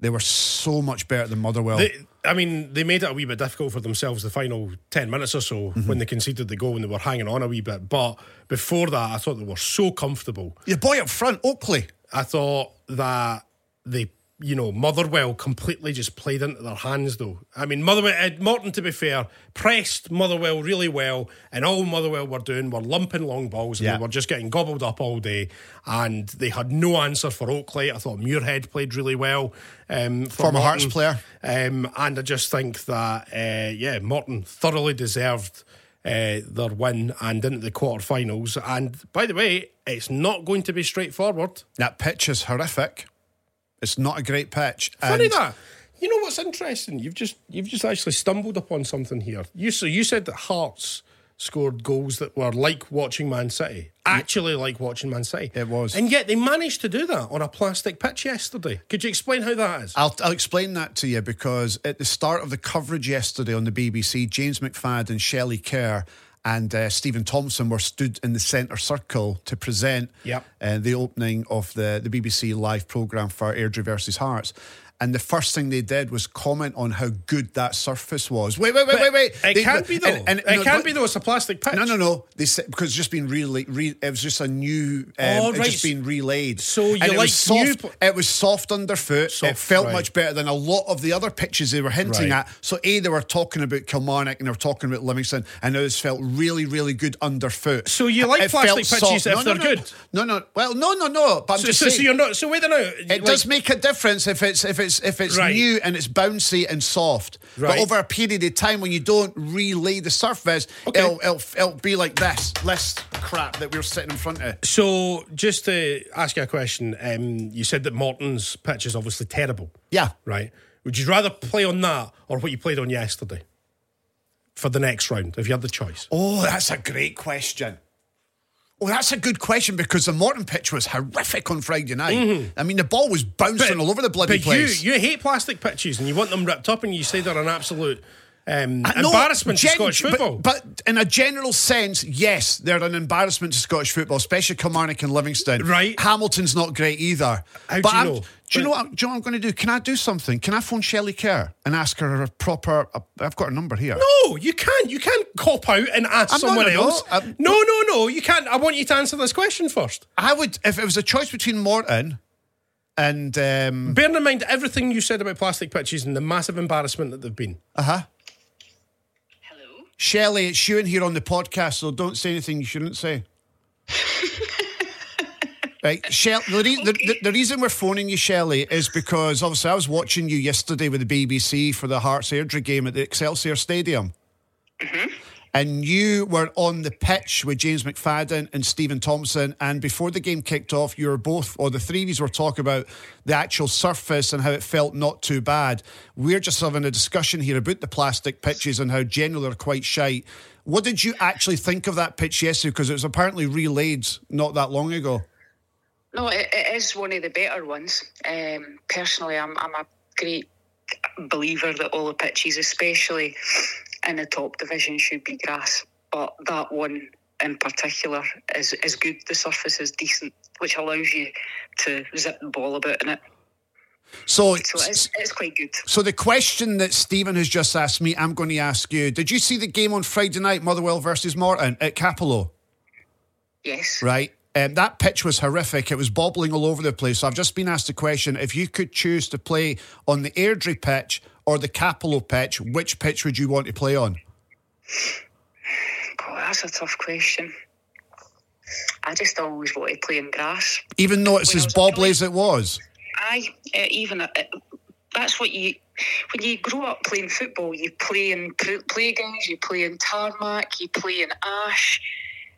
C: They were so much better than Motherwell.
B: They- I mean, they made it a wee bit difficult for themselves the final 10 minutes or so when they conceded the goal and they were hanging on a wee bit. But before that, I thought they were so comfortable.
C: Your boy up front, Oakley.
B: I thought that they, you know, Motherwell completely just played into their hands, though. I mean, Motherwell, eh, Morton, to be fair, pressed Motherwell really well, and all Motherwell were doing were lumping long balls, and
C: Yeah.
B: they were just getting gobbled up all day, and they had no answer for Oakley. I thought Muirhead played really well. Um, for
C: Former
B: Morton.
C: Hearts player.
B: Um, and I just think that, uh, yeah, Morton thoroughly deserved uh, their win and into the quarterfinals. And by the way, it's not going to be straightforward.
C: That pitch is horrific. It's not a great pitch.
B: Funny
C: and-
B: that. You know what's interesting? You've just you've just actually stumbled upon something here. You so you said that Hearts scored goals that were like watching Man City, actually like watching Man City.
C: It was.
B: and yet they managed to do that on a plastic pitch yesterday. Could you explain how that is?
C: I'll, I'll explain that to you because at the start of the coverage yesterday on the BBC, James McFadden, Shelley Kerr, and uh, Stephen Thompson were stood in the centre circle to present
B: Yep.
C: uh, the opening of the, the BBC live programme for Airdrie versus Hearts. And the first thing they did was comment on how good that surface was. Wait, wait, wait, wait, wait.
B: It
C: They-
B: can't be though.
C: and- and-
B: it
C: no,
B: can't
C: but-
B: be though. It's a plastic pitch.
C: No, no, no. They said because it's just been really, re, it was just a new, um,
B: Oh,
C: it's
B: right.
C: just been relayed.
B: So you
C: And it was
B: like
C: soft,
B: new pl-
C: It was soft underfoot.
B: Soft,
C: it felt
B: right.
C: much better than a lot of the other pitches they were hinting
B: Right.
C: at. So a they were talking about Kilmarnock and they were talking about Livingston, and now it's felt really, really good underfoot.
B: So you like
C: It felt
B: plastic pitches
C: soft.
B: if
C: no,
B: they're
C: no, no.
B: good?
C: No, no. Well, no, no, no. But I'm
B: So,
C: just
B: so,
C: saying.
B: so you're not. So wait a minute.
C: It does make a difference if it's if it's if it's
B: Right.
C: new and it's bouncy and soft. But
B: Right.
C: over a period of time, when you don't relay the surface,
B: Okay.
C: it'll, it'll it'll be like this this crap that we're sitting in front of.
B: So just to ask you a question, um, you said that Morton's pitch is obviously terrible.
C: Yeah.
B: Right. Would you rather play on that or what you played on yesterday for the next round if you had the choice?
C: Oh, that's a great question. Oh, that's a good question because the Morton pitch was horrific on Friday night. I mean, the ball was bouncing all over the bloody
B: but
C: place.
B: you you hate plastic pitches and you want them ripped up and you say they're an absolute um,
C: Uh, No,
B: embarrassment
C: gen-
B: to Scottish
C: but-
B: football.
C: But, in a general sense, yes, they're an embarrassment to Scottish football, especially Kilmarnock and Livingston.
B: Right.
C: Hamilton's not great either.
B: How do
C: But
B: you
C: I'm-
B: know?
C: Do you know, what, I'm- do you know what I'm going to do? Can I do something? Can I phone Shelley Kerr and ask her a proper. I've got a number here.
B: no, you can't. You can't cop out and ask
C: I'm not
B: someone
C: gonna know.
B: else.
C: I'm-
B: no, no, no. You can't. I want you to answer this question first.
C: I would, if it was a choice between Morton and. Um,
B: Bearing in mind everything you said about plastic pitches and the massive embarrassment that they've been.
D: Hello.
C: Shelley, it's Ewan here on the podcast, so don't say anything you shouldn't say. right, Shell, the, re- the, the, the reason we're phoning you, Shelley, is because obviously I was watching you yesterday with the BBC for the Hearts Airdrie game at the Excelsior Stadium. And you were on the pitch with James McFadden and Stephen Thompson. And before the game kicked off, you were both, or the three of you were talking about the actual surface and how it felt not too bad. We're just having a discussion here about the plastic pitches and how generally they're quite shite. What did you actually think of that pitch yesterday? Because it was apparently relayed not that long ago.
D: No, it, it is one of the better ones. Um, personally, I'm, I'm a great believer that all the pitches, especially in the top division, should be grass. But that one in particular is, is good. The surface is decent, which allows you to zip the ball about in it.
C: So,
D: So it's, it's quite good.
C: so the question that Stephen has just asked me, I'm going to ask you. Did you see the game on Friday night, Motherwell versus Morton at Capello?
D: Yes.
C: right? Um, that pitch was horrific. It was bobbling all over the place. So I've just been asked the question if you could choose to play on the Airdrie pitch or the Capello pitch, which pitch would you want to play on?
D: God, Oh, that's a tough question. I just always want to play in grass.
C: Even though it's
D: Well,
C: as bobbly
D: really-
C: as it was.
D: Aye, uh, even uh, that's what you. When you grow up playing football, you play in pr- playgrounds, you play in tarmac, you play in ash,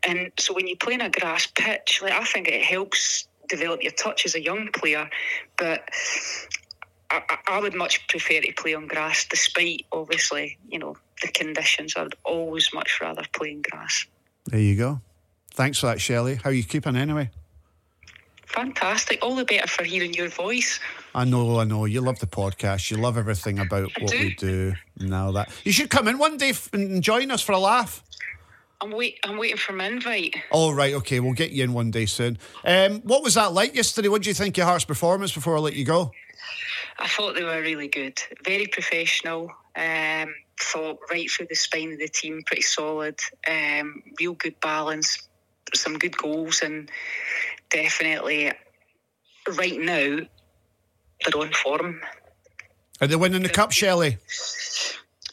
D: and so when you play in a grass pitch, like I think it helps develop your touch as a young player. But I, I- I would much prefer to play on grass, despite obviously you know the conditions. I'd always much rather play in grass.
C: There you go. Thanks for that, Shelley. How are you keeping anyway?
D: Fantastic! All the better for hearing your voice.
C: I know, I know. You love the podcast. You love everything about what we do and all that. You should come in one day f- and join us for a laugh.
D: I'm wait. I'm waiting for my invite.
C: All right, okay. We'll get you in one day soon. Um, what was that like yesterday? What do you think of Hearts' performance before I let you go?
D: I thought they were really good, very professional. Um, thought right through the spine of the team, pretty solid. Um, real good balance, some good goals, and definitely right now they're on form.
C: Are they winning the cup, Shelley?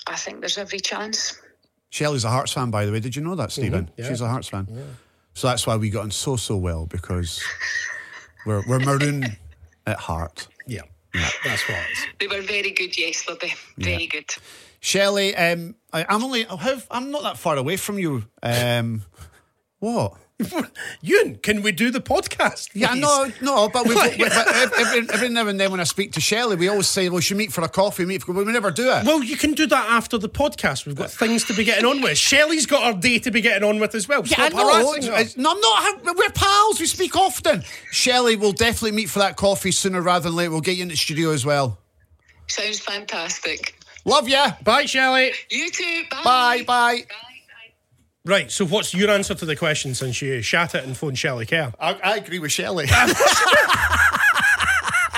D: I think there's every chance.
C: Shelley's a Hearts fan, by the way. Did you know that, Stephen?
B: Mhm. yeah.
C: She's a Hearts fan. So that's why we got on so so well because we're we're maroon at heart.
B: Yeah, that's what it is.
D: They were very good yesterday, very good.
C: Shelley, um, I, I'm only how, I'm not that far away from you. Um, what?
B: Ewan, can we do the podcast?
C: Yeah,
B: please?
C: no, no, but, we've, we- but every, every now and then when I speak to Shelley, we always say, well, we should meet for a coffee, meet for, we never do it.
B: Well, you can do that after the podcast. We've got things to be getting on with. Shelley's got her day to be getting on with as well.
C: Yeah, I
B: Stop
C: know.
B: harassing her.
C: It's- No, I'm not. We're pals. We speak often. Shelley, we'll definitely meet for that coffee sooner rather than later. We'll get you in the studio as well.
D: Sounds fantastic.
C: Love ya.
B: Bye, Shelley.
D: You too.
C: Bye,
D: Bye.
C: bye.
D: bye.
B: Right, so what's your answer to the question since you shat it and phoned Shelley Kerr?
C: I, I agree with Shelley.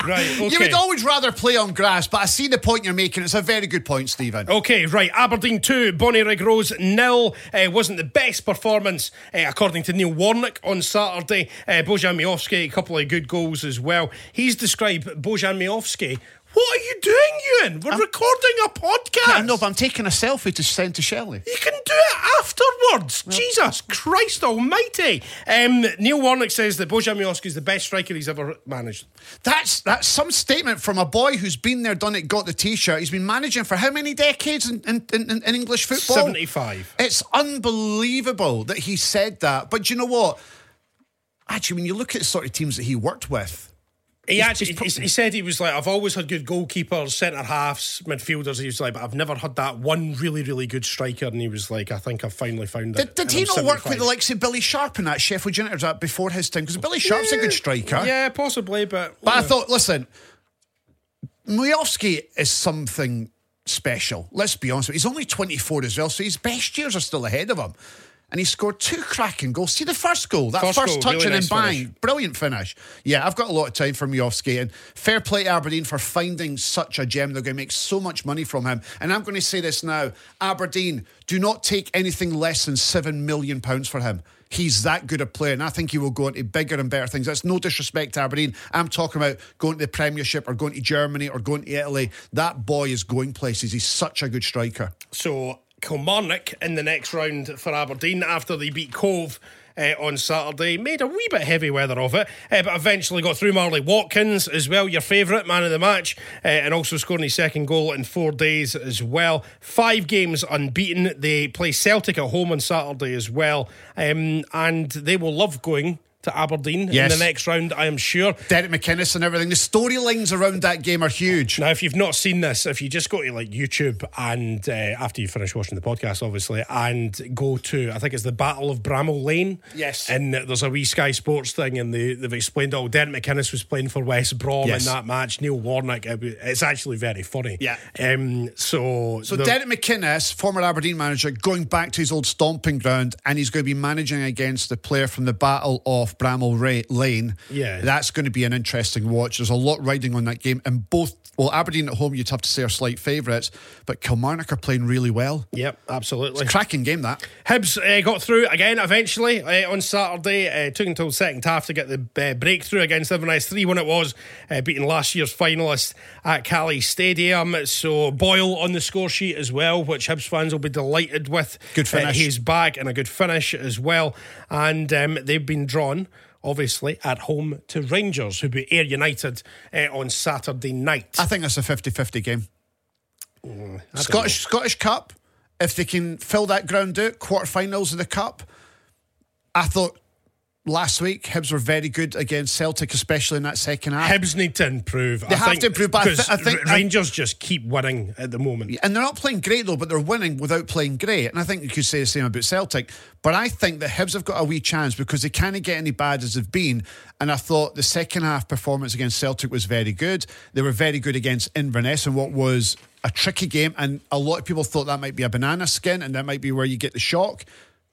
B: Right, okay.
C: You would always rather play on grass, but I see the point you're making. It's a very good point, Stephen.
B: Okay, right. Aberdeen 2, Bonnie Rigrose nil. Uh, wasn't the best performance, uh, according to Neil Warnock, on Saturday. Uh, Bojan Miofsky, a couple of good goals as well. He's described Bojan Miofsky. What are you doing, Ewan? We're recording a podcast.
C: I know, but I'm taking a selfie to send to Shelley.
B: You can do it afterwards. Jesus Christ Almighty! Um, Neil Warnock says that Bojan Miofsky is the best striker he's ever managed.
C: That's that's some statement from a boy who's been there, done it, got the t-shirt. He's been managing for how many decades in, in, in, in English football?
B: 75.
C: It's unbelievable that he said that. But do you know what? Actually, when you look at the sort of teams that he worked with,
B: He actually
C: he's pro-
B: he- he said he was like, I've always had good goalkeepers, centre halves, midfielders. He was like, but I've never had that one really, really good striker. And he was like, I think I've finally found
C: did,
B: it.
C: did
B: and
C: he
B: I'm
C: not work with
B: 75.
C: the likes of Billy Sharp and that Sheffield United that before his time? Because Billy Sharp's a good striker.
B: Yeah, possibly, but.
C: But
B: you
C: I
B: know.
C: thought, listen, Mujovski is something special. Let's be honest. with you. He's only 24 as well, so his best years are still ahead of him. And he scored two cracking goals. See the first goal, that
B: First
C: first,
B: goal,
C: touch
B: really
C: and
B: nice
C: then bang,
B: finish.
C: brilliant finish. Yeah, I've got a lot of time for Mujovski and fair play to Aberdeen for finding such a gem. They're going to make so much money from him. And I'm going to say this now Aberdeen, do not take anything less than £7 million for him. He's that good a player, and I think he will go into bigger and better things. That's no disrespect to Aberdeen. I'm talking about going to the Premiership or going to Germany or going to Italy. That boy is going places. He's such a good striker.
B: So Kilmarnock in the next round for Aberdeen after they beat Cove. Uh, on Saturday, made a wee bit heavy weather of it, uh, but eventually got through Marley Watkins as well, your favourite man of the match, uh, and also scoring his second goal in four days as well. Five games unbeaten. They play Celtic at home on Saturday as well, um, and they will love going to Aberdeen
C: Yes.
B: in the next round, I am sure.
C: Derek McInnes and everything. The storylines around that game are huge.
B: Now, if you've not seen this, if you just go to like YouTube and uh, after you finish watching the podcast, obviously, and go to I think it's the Battle of Bramall Lane.
C: Yes.
B: and there's a wee Sky Sports thing, and they, they've explained all. Derek McInnes was playing for West Brom
C: Yes.
B: in that match. Neil Warnock. It, wa- it's actually very funny.
C: Yeah.
B: Um. So.
C: So Derek McInnes, former Aberdeen manager, going back to his old stomping ground, and he's going to be managing against the player from the Battle of Bramall Ra- Lane.
B: Yeah.
C: that's going to be an interesting watch. There's a lot riding on that game, and both well Aberdeen at home, you'd have to say are slight favourites, but Kilmarnock are playing really well.
B: Yep. Absolutely.
C: Cracking game that.
B: Hibs uh, got through again eventually uh, on Saturday. Uh, took until the second half to get the uh, breakthrough against Inverness 3 1 it was, uh, beating last year's finalist at Cali Stadium. So Boyle on the score sheet as well, which Hibs fans will be delighted with.
C: Good finish.
B: he's back and a good finish as well. And um, they've been drawn. Obviously, at home to Rangers, who beat Air United uh, on Saturday night. Hmm,
C: I think that's a 50-50 game. Scottish Scottish Cup. If they can fill that ground out, quarterfinals of the cup. I thought last week Hibs were very good against Celtic, especially in that second half.
B: Hibs need to improve. They
C: have to improve, but I thi- I think- I-
B: Rangers just keep winning at the moment.
C: And they're not playing great though, but they're winning without playing great. And I think you could say the same about Celtic. But I think that Hibs have got a wee chance because they can't get any bad as they've been. And I thought the second half performance against Celtic was very good. They were very good against Inverness in what was a tricky game. And a lot of people thought that might be a banana skin and that might be where you get the shock.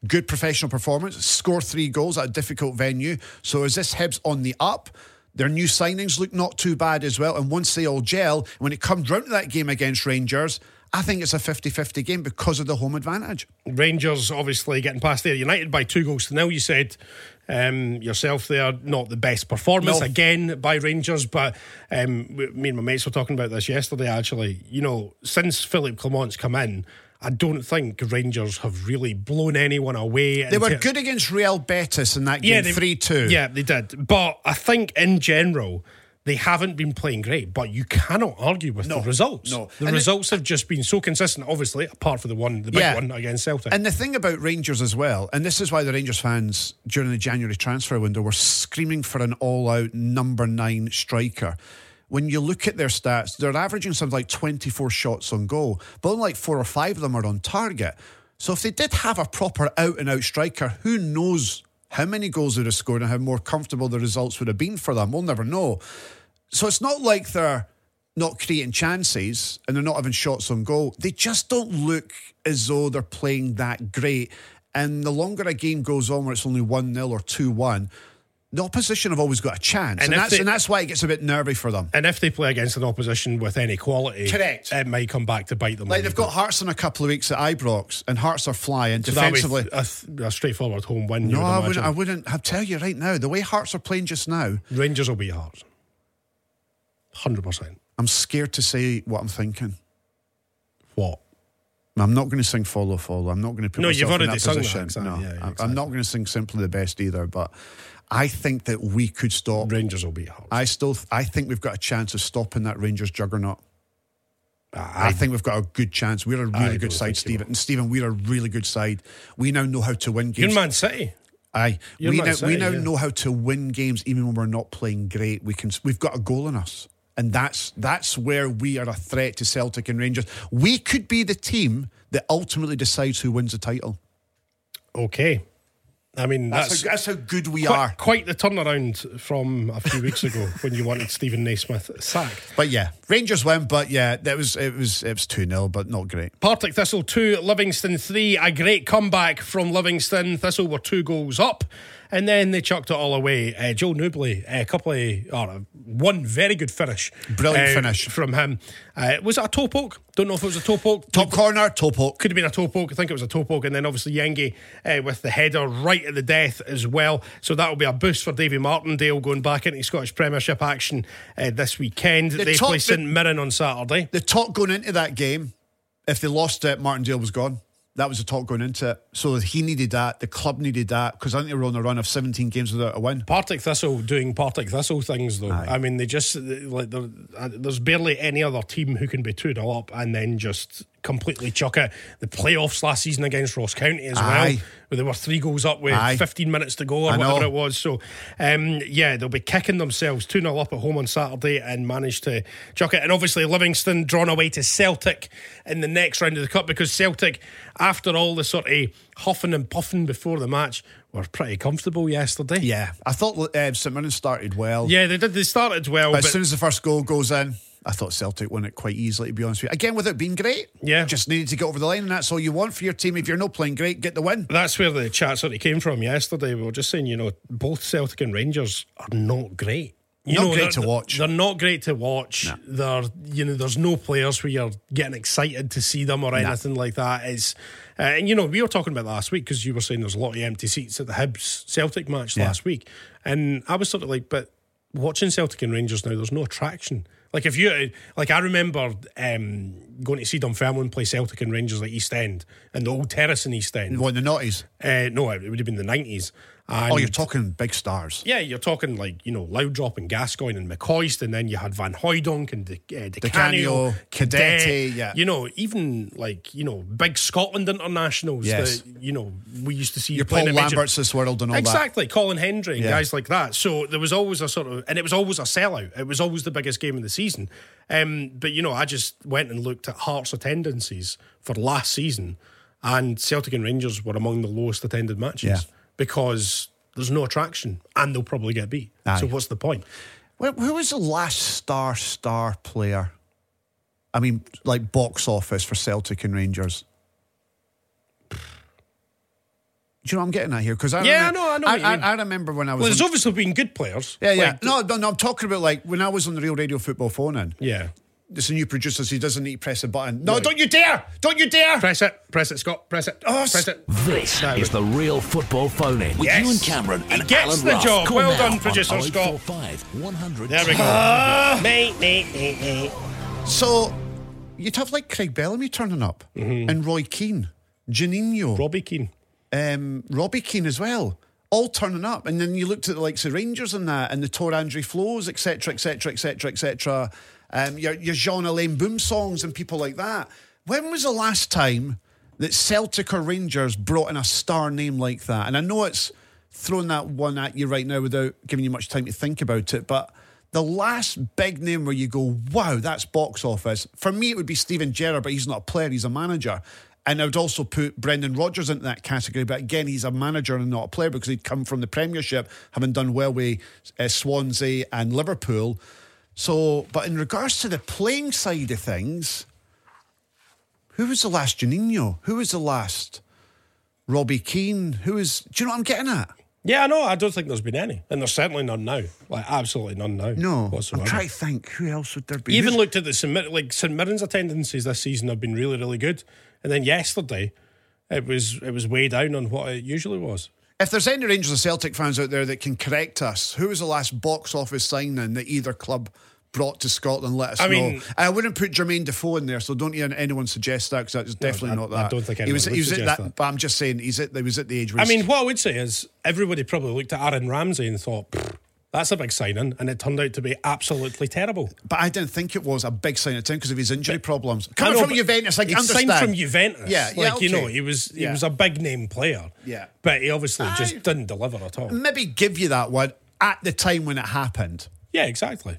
C: Good professional performance, score three goals at a difficult venue. So is this Hibs on the up? Their new signings look not too bad as well. And once they all gel, when it comes round to that game against Rangers, I think it's a 50 50 game because of the home advantage.
B: Rangers obviously getting past there. United by two goals to nil. You said um, yourself they are not the best performance
C: No.
B: again by Rangers. But um, w- me and my mates were talking about this yesterday. Actually, you know, since Philip Clement's come in, I don't think Rangers have really blown anyone away.
C: They were good against Real Betis in that game, 3 2.
B: Yeah, they did. But I think in general. They haven't been playing great, but you cannot argue with
C: No,
B: the results.
C: no.
B: The
C: And it-
B: results have just been so consistent, obviously, apart from the one, the big
C: Yeah.
B: one against Celtic.
C: And the thing about Rangers as well, and this is why the Rangers fans during the January transfer window were screaming for an all out number nine striker. When you look at their stats, they're averaging something like 24 shots on goal, but only like four or five of them are on target. So if they did have a proper out and out striker, who knows how many goals they'd have scored and how more comfortable the results would have been for them? We'll never know. So it's not like they're not creating chances and they're not having shots on goal. They just don't look as though they're playing that great. And the longer a game goes on where it's only 1 0 or 2 1, the opposition have always got a chance.
B: And
C: And,
B: if
C: that's,
B: they-
C: and that's why it gets a bit nervy for them.
B: And if they play against an opposition with any quality,
C: Correct.
B: it may come back to bite them.
C: Like
B: on
C: they've
B: the
C: got Hearts in a couple of weeks at Ibrox, and Hearts are flying
B: So that would be
C: defensively.
B: a, th- a straightforward home win. you
C: no,
B: would
C: I wouldn't.
B: imagine.
C: I wouldn't. I'll tell you right now, the way Hearts are playing just now,
B: Rangers will beat Hearts. 100%.
C: I'm scared to say what I'm thinking.
B: What?
C: I'm not going to sing follow follow. I'm not going to put
B: No,
C: myself
B: you've
C: in
B: already
C: that
B: sung that,
C: position.
B: exactly.
C: No,
B: Yeah, yeah,
C: I'm- I'm
B: exactly.
C: not going to sing simply the best either. But I think that we could stop.
B: Rangers will beat Hearts.
C: I still, I think we've got a chance of stopping that Rangers juggernaut.
B: Ah,
C: I, think we've got a good chance. We're a really
B: don't
C: good
B: think
C: side,
B: you
C: Stephen. And Stephen, we're a really good side. We now know how to win
B: You're
C: games.
B: Man City.
C: Aye,
B: You're
C: we
B: Man
C: now, we
B: City,
C: now
B: yeah.
C: know how to win games, even when we're not playing great. We can. We've got a goal in us, and that's that's where we are a threat to Celtic and Rangers. We could be the team that ultimately decides who wins the title.
B: Okay. I mean,
C: That's,
B: that's,
C: how, that's how good we
B: quite,
C: are.
B: quite the turnaround from a few weeks ago when you wanted Stephen Naismith sacked.
C: But yeah, Rangers win. But yeah, that was it was it was two 0 but not great.
B: Partick Thistle 2, Livingston 3. A great comeback from Livingston. Thistle were two goals up. And then they chucked it all away. Uh, Joe Newbley, a couple of, or uh, one very good finish.
C: Brilliant
B: uh,
C: finish.
B: From him. Uh, was it a toe poke? Don't know if it was a toe poke.
C: Top corner, top hook.
B: could have been a toe poke. I think it was a toe poke. And then obviously Yenge uh, with the header right at the death as well. So that will be a boost for Davy Martindale going back into Scottish Premiership action uh, this weekend. they
C: top-
B: play St Mirren on Saturday.
C: The talk going into that game, if they lost it, Martindale was gone. That was the talk going into it. So he needed that. The club needed that because I think they were on a run of 17 games without a win.
B: Partick Thistle doing Partick Thistle things though. I mean, they just like they're- uh, there's barely any other team who can be two 0 up and then just completely chuck it. The playoffs last season against Ross County as
C: Aye.
B: well, where they were three goals up with
C: Aye.
B: 15 minutes to go or
C: I know.
B: whatever it was. So, um, yeah, they'll be kicking themselves two 0 up at home on Saturday and manage to chuck it. And obviously Livingston drawn away to Celtic in the next round of the cup because Celtic, after all the sort of huffing and puffing before the match, were pretty comfortable yesterday.
C: Yeah, I thought uh, St Mirren started well.
B: Yeah, they did. They started well,
C: But
B: but,
C: as soon as the first goal goes in, I thought Celtic won it quite easily, to be honest with you. Again, without being great.
B: Yeah.
C: Just needed to get over the line, and that's all you want for your team. If you're not playing great, get the win.
B: that's where the chat sort of came from yesterday. We were just saying, you know, both Celtic and Rangers are not great. You
C: Not
B: know,
C: great
B: they're-
C: to watch.
B: They're not great to watch. They're, you know, there's no players where you're getting excited to see them or anything like that. It's, uh, and you know, we were talking about last week because you were saying there's a lot of empty seats at the Hibs Celtic match last week, and I was sort of like, but watching Celtic and Rangers now, there's no attraction. Like if you like, I remember um, going to see Dunfermline play Celtic and Rangers at East End and the old terrace in East End.
C: Won the noughties.
B: Uh, no, it would have been the nineties.
C: oh, you're talking big stars.
B: Yeah, you're talking like you know Loudrop and Gascoigne and McCoist, and then you had Van Hooydonk and De, uh, De Canio,
C: Canio,
B: Cadet,
C: Cadete, yeah.
B: you know, even like you know big Scotland internationals
C: Yes.
B: that you know we used to see.
C: Your
B: playing
C: Paul
B: at major-
C: Lamberts this world and all that.
B: Exactly, Colin Hendry and
C: Yeah.
B: guys like that. So there was always a sort of, and it was always a sellout. It was always the biggest game of the season. Um, but you know, I just went and looked at Hearts attendances for last season, and Celtic and Rangers were among the lowest attended matches
C: Yeah.
B: because there's no attraction, and they'll probably get beat. So what's the point?
C: Where, who was the last star star player? I mean, like box office for Celtic and Rangers. Do you know what I'm getting at here? Because I
B: Yeah, I
C: remem-
B: know- I know what you
C: I,
B: mean.
C: I remember when I was
B: Well,
C: in-
B: there's obviously been good players.
C: Yeah, yeah.
B: Like,
C: no, no, no. I'm talking about like when I was on the Real Radio Football phone in.
B: yeah.
C: This new producer, so he doesn't need to press a button. No, don't you dare! Don't you dare!
B: Press it, press it, Scott. Press it.
C: Oh,
B: press
C: s-
B: it.
A: This
B: No.
A: is the real football phone in with
B: Yes.
A: Ewan Cameron
B: He
A: and
B: gets
A: Alan
B: the
A: Ruff.
B: job.
A: Call
B: Well
A: now
B: done,
A: on
B: producer Scott.
A: 0845 100.
B: There we go. Ah.
C: So you'd have like Craig Bellamy turning up and Roy Keane, Janino,
B: Robbie Keane.
C: um, Robbie Keane as well. all turning up. And then you looked at the likes of Rangers and that, and the Tor Andre Flows, etc., etc., etc., etc. Um, your your Jean Alain Boom songs and people like that. When was the last time that Celtic or Rangers brought in a star name like that? And I know it's throwing that one at you right now without giving you much time to think about it, but the last big name where you go, wow, that's box office. For me, it would be Steven Gerrard, but he's not a player, he's a manager. And I would also put Brendan Rodgers into that category, but again, he's a manager and not a player because he'd come from the Premiership, having done well with uh, Swansea and Liverpool. So, but in regards to the playing side of things, who was the last Juninho? Who was the last Robbie Keane? Who is? Do you know what I'm getting at?
B: Yeah, no, I don't think there's been any, and there's certainly none now. Like absolutely none now.
C: No,
B: whatsoever.
C: I'm trying to think. Who else would there be?
B: Even
C: Who's-
B: looked at the St. Mir- like St Mirren's attendances this season have been really, really good. And then yesterday, it was it was way down on what it usually was.
C: if there's any Rangers and Celtic fans out there that can correct us, who was the last box office signing that either club brought to Scotland? Let us
B: I
C: know.
B: mean-
C: And I wouldn't put Jermaine Defoe in there, so don't hear anyone suggest that because that's definitely
B: I-
C: not
B: I
C: that.
B: don't think
C: he was.
B: anyone
C: he
B: would
C: was at
B: suggest
C: that,
B: that.
C: But I'm just saying, he's at. He was at the age. Where
B: I
C: he's-
B: mean, what I would say is everybody probably looked at Aaron Ramsey and thought, "Pfft, that's a big signing, and it turned out to be absolutely terrible.
C: but I didn't think it was a big sign of town because of his injury problems. Coming
B: know,
C: from
B: but
C: Juventus, I
B: he
C: can understand.
B: Signed from Juventus.
C: Yeah,
B: like
C: yeah,
B: you know,
C: okay.
B: he was he
C: Yeah.
B: was a big name player.
C: Yeah.
B: but he obviously just
C: I-
B: didn't deliver at all.
C: Maybe give you that one at the time when it happened.
B: Yeah, exactly.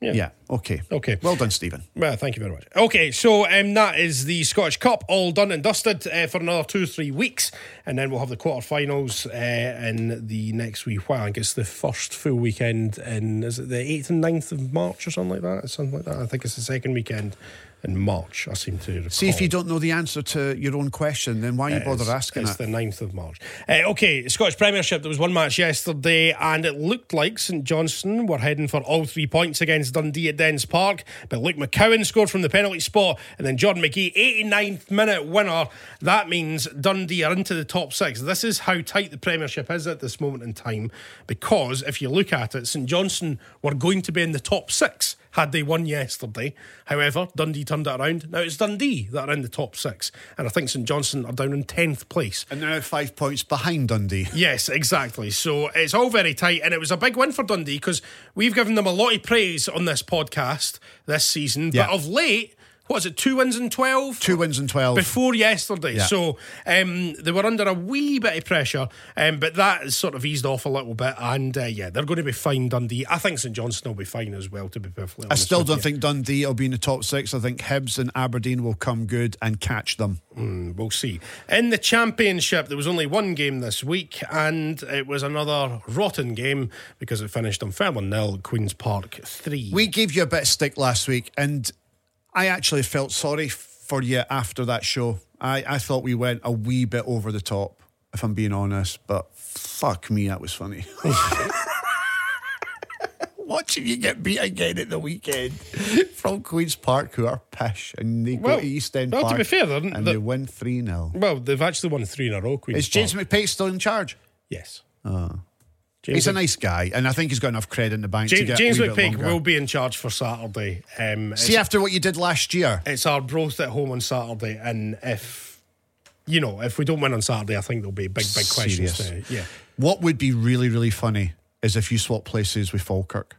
C: Yeah. Okay.
B: Okay.
C: Well done, Stephen.
B: Well, thank you very much. Okay, so um, that is the Scottish Cup all done and dusted uh, for another two, three weeks, and then we'll have the quarterfinals uh, in the next wee while. I think it's the first full weekend in is it the eighth and 9th of March or something like that, something like that. I think it's the second weekend in March. I seem to recall.
C: See if you don't know the answer to your own question, then why you bother
B: Oh. It's-
C: asking
B: it's
C: it?
B: the 9th of March. Uh, okay, Scottish Premiership. There was one match yesterday, and it looked like St Johnston were heading for all three points against Dundee at Dens Park. But Luke McCowan scored from the penalty spot, and then Jordan McGee, 89th minute winner. That means Dundee are into the top six. This is how tight the Premiership is at this moment in time, because if you look at it, St Johnston were going to be in the top six had they won yesterday. However, Dundee turned it around. Now it's Dundee that are in the top six, and I think St Johnson are down in 10th place.
C: and they're now five points behind Dundee.
B: Yes, exactly. So it's all very tight, and it was a big win for Dundee because we've given them a lot of praise on this podcast this season.
C: Yeah.
B: But of late, what is it, two wins in 12?
C: Two wins in 12.
B: before yesterday.
C: Yeah.
B: So um, they were under a wee bit of pressure, um, but that has sort of eased off a little bit. And uh, yeah, they're going to be fine, Dundee. I think St Johnston will be fine as well, to be perfectly
C: I
B: honest.
C: still
B: with
C: don't
B: you.
C: think Dundee will be in the top six. I think Hibs and Aberdeen will come good and catch them.
B: We'll see. In the championship, there was only one game this week, and it was another rotten game because it finished on Fairmont nil, Queens Park three.
C: We gave you a bit of stick last week, and I actually felt sorry for you after that show. I, I thought we went a wee bit over the top, if I'm being honest, but fuck me, that was funny. Watching you get beat again at the weekend from Queen's Park, who are pish, and they
B: Well-
C: go to East End
B: well, to
C: Park.
B: be fair, they're-
C: and
B: they're-
C: they win 3 0.
B: well, they've actually won three in a row. Queens
C: Is James
B: Park.
C: McPate still in charge?
B: Yes. James
C: He's a
B: Mc-
C: nice guy, and I think he's got enough credit in the bank to
B: James,
C: get
B: James
C: a wee bit
B: McPeak
C: longer.
B: will be in charge for Saturday. Um, it's-
C: See after what you did last year.
B: it's our broth at home on Saturday, and if you know if we don't win on Saturday, I think there'll be big, big questions.
C: Serious.
B: there. Yeah,
C: What would be really, really funny is if you swap places with Falkirk.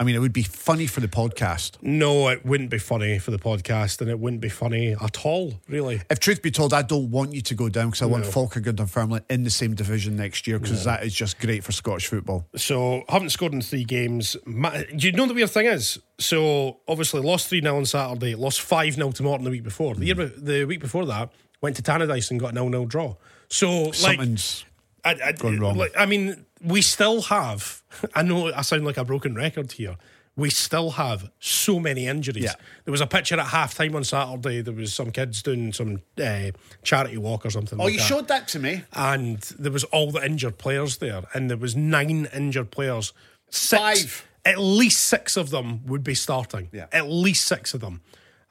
C: I mean, it would be funny for the podcast.
B: no, it wouldn't be funny for the podcast, and it wouldn't be funny at all, really.
C: If truth be told, I don't want you to go down because I want Falkirk and Dunfermline in the same division next year because that is just great for Scottish football.
B: So haven't scored in three games. Ma- You know the weird thing is, so obviously lost three 0 on Saturday, lost five 0 to Morton the week before. The year, be- the week before that, went to Tannadice and got a 0 0 draw. So like,
C: Something's
B: I, I,
C: gone wrong.
B: like, I mean, we still have. I know I sound like a broken record here. We still have so many injuries.
C: Yeah.
B: There was a picture at halftime on Saturday. There was some kids doing some uh, charity walk or something.
C: Oh,
B: like that
C: that to me.
B: and there was all the injured players there, and there was nine injured players. Six,
C: Five.
B: at least six of them would be starting.
C: Yeah.
B: at least six of them,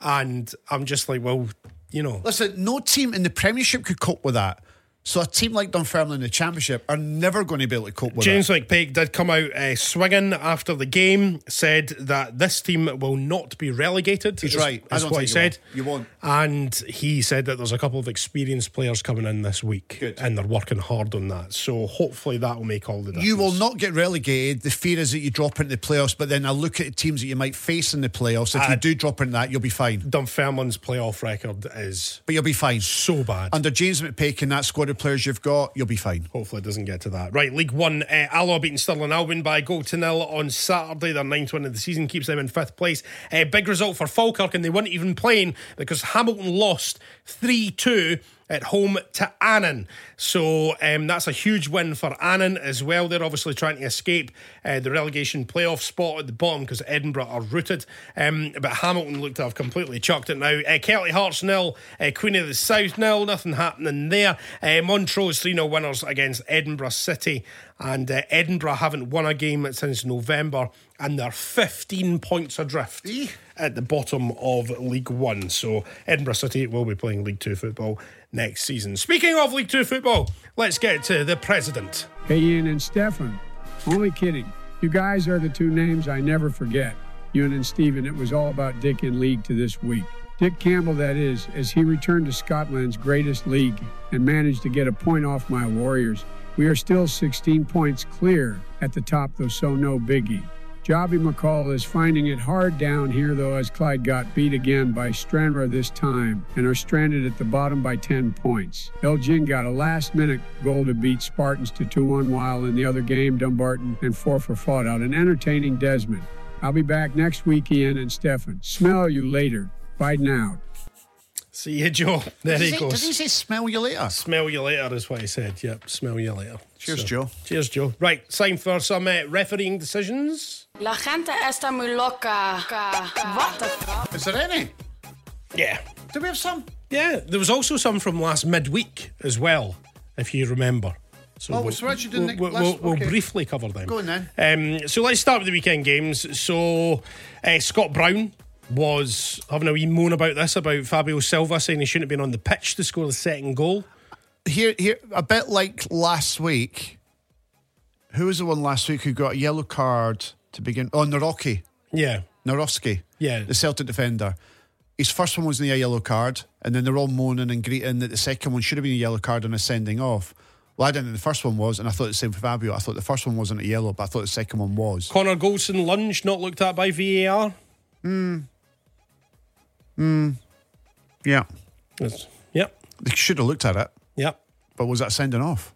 B: and I'm just like, well, you know,
C: Listen, no team in the Premiership could cope with that. So a team like Dunfermline in the Championship are never going to be able to cope with
B: James McPake did come out uh, swinging after the game, said that this team will not be relegated.
C: He's
B: is-
C: right. I
B: is
C: don't
B: what he
C: think you
B: said.
C: will. You won't.
B: And he said that there's a couple of experienced players coming in this week,
C: Good.
B: and they're working hard on that. So hopefully that will make all the
C: it.
B: difference.
C: You will not get relegated. The fear is that you drop into the playoffs, but then I look at the teams that you might face in the playoffs. If you do drop into that, you'll be fine.
B: Dunfermline's playoff record is
C: But you'll be fine.
B: so bad.
C: Under James McPake and that squad of players you've got, you'll be fine.
B: Hopefully it doesn't get to that. Right, League One, uh, Alloa beating Stirling Albion by a goal to nil on Saturday. Their ninth win of the season keeps them in fifth place. A big result for Falkirk, and they weren't even playing because Hamilton lost 3 2 at home to Annan. So um, that's a huge win for Annan as well. They're obviously trying to escape uh, the relegation playoff spot at the bottom because Edinburgh are rooted. Um, but Hamilton looked to have completely chucked it now. Uh, Kelly Hearts nil, uh, Queen of the South nil, nothing happening there. Uh, Montrose 3 0 winners against Edinburgh City, and uh, Edinburgh haven't won a game since November, and they're 15 points adrift at the bottom of League One. So Edinburgh City will be playing League Two football next season. Speaking of League Two football, let's get to the president.
E: Hey, Ian and Stefan. Only kidding. You guys are the two names I never forget. Ewan and Stephen, it was all about Dick in league to this week. Dick Campbell, that is, as he returned to Scotland's greatest league and managed to get a point off my Warriors. We are still 16 points clear at the top, though, so no biggie. Jobby McCall is finding it hard down here, though, as Clyde got beat again by Strandra this time and are stranded at the bottom by 10 points. Elgin got a last minute goal to beat Spartans to 2 1, while in the other game, Dumbarton and Forfar fought out an entertaining Desmond. I'll be back next week, Ian and Stefan. Smell you later. Biden out.
B: See you, Joe. There
C: Does
B: he
C: he,
B: goes.
C: does he say smell you later?
B: Smell you later is what he said. Yep, smell you later.
C: Cheers,
B: So-
C: Joe.
B: Cheers, Joe. Right, time for some uh, refereeing decisions.
F: La gente está muy loca. What the fuck?
C: Is there any?
B: Yeah.
C: Do we have some?
B: Yeah, there was also some from last midweek as well, if you remember. So
C: Oh, so what you did
B: we'll,
C: next-
B: we'll,
C: last-
B: we'll- we'll
C: okay.
B: briefly cover them.
C: Go on
B: Um, so let's start with the weekend games. So uh, Scott Brown was having a wee moan about this, about Fabio Silva saying he shouldn't have been on the pitch to score the second goal.
C: Here, here, a bit like last week. Who was the one last week who got a yellow card to begin? Oh, Naroki.
B: Yeah.
C: Narofsky.
B: Yeah.
C: The Celtic defender. His first one was in a yellow card, and then they're all moaning and greeting that the second one should have been a yellow card and a sending off. Well, I didn't think the first one was, and I thought the same for Fabio. I thought the first one wasn't a yellow, but I thought the second one was.
B: Connor Golson lunge not looked at by VAR.
C: Yeah.
B: That's- yep.
C: They should have looked at it,
B: Yep.
C: but was that sending off?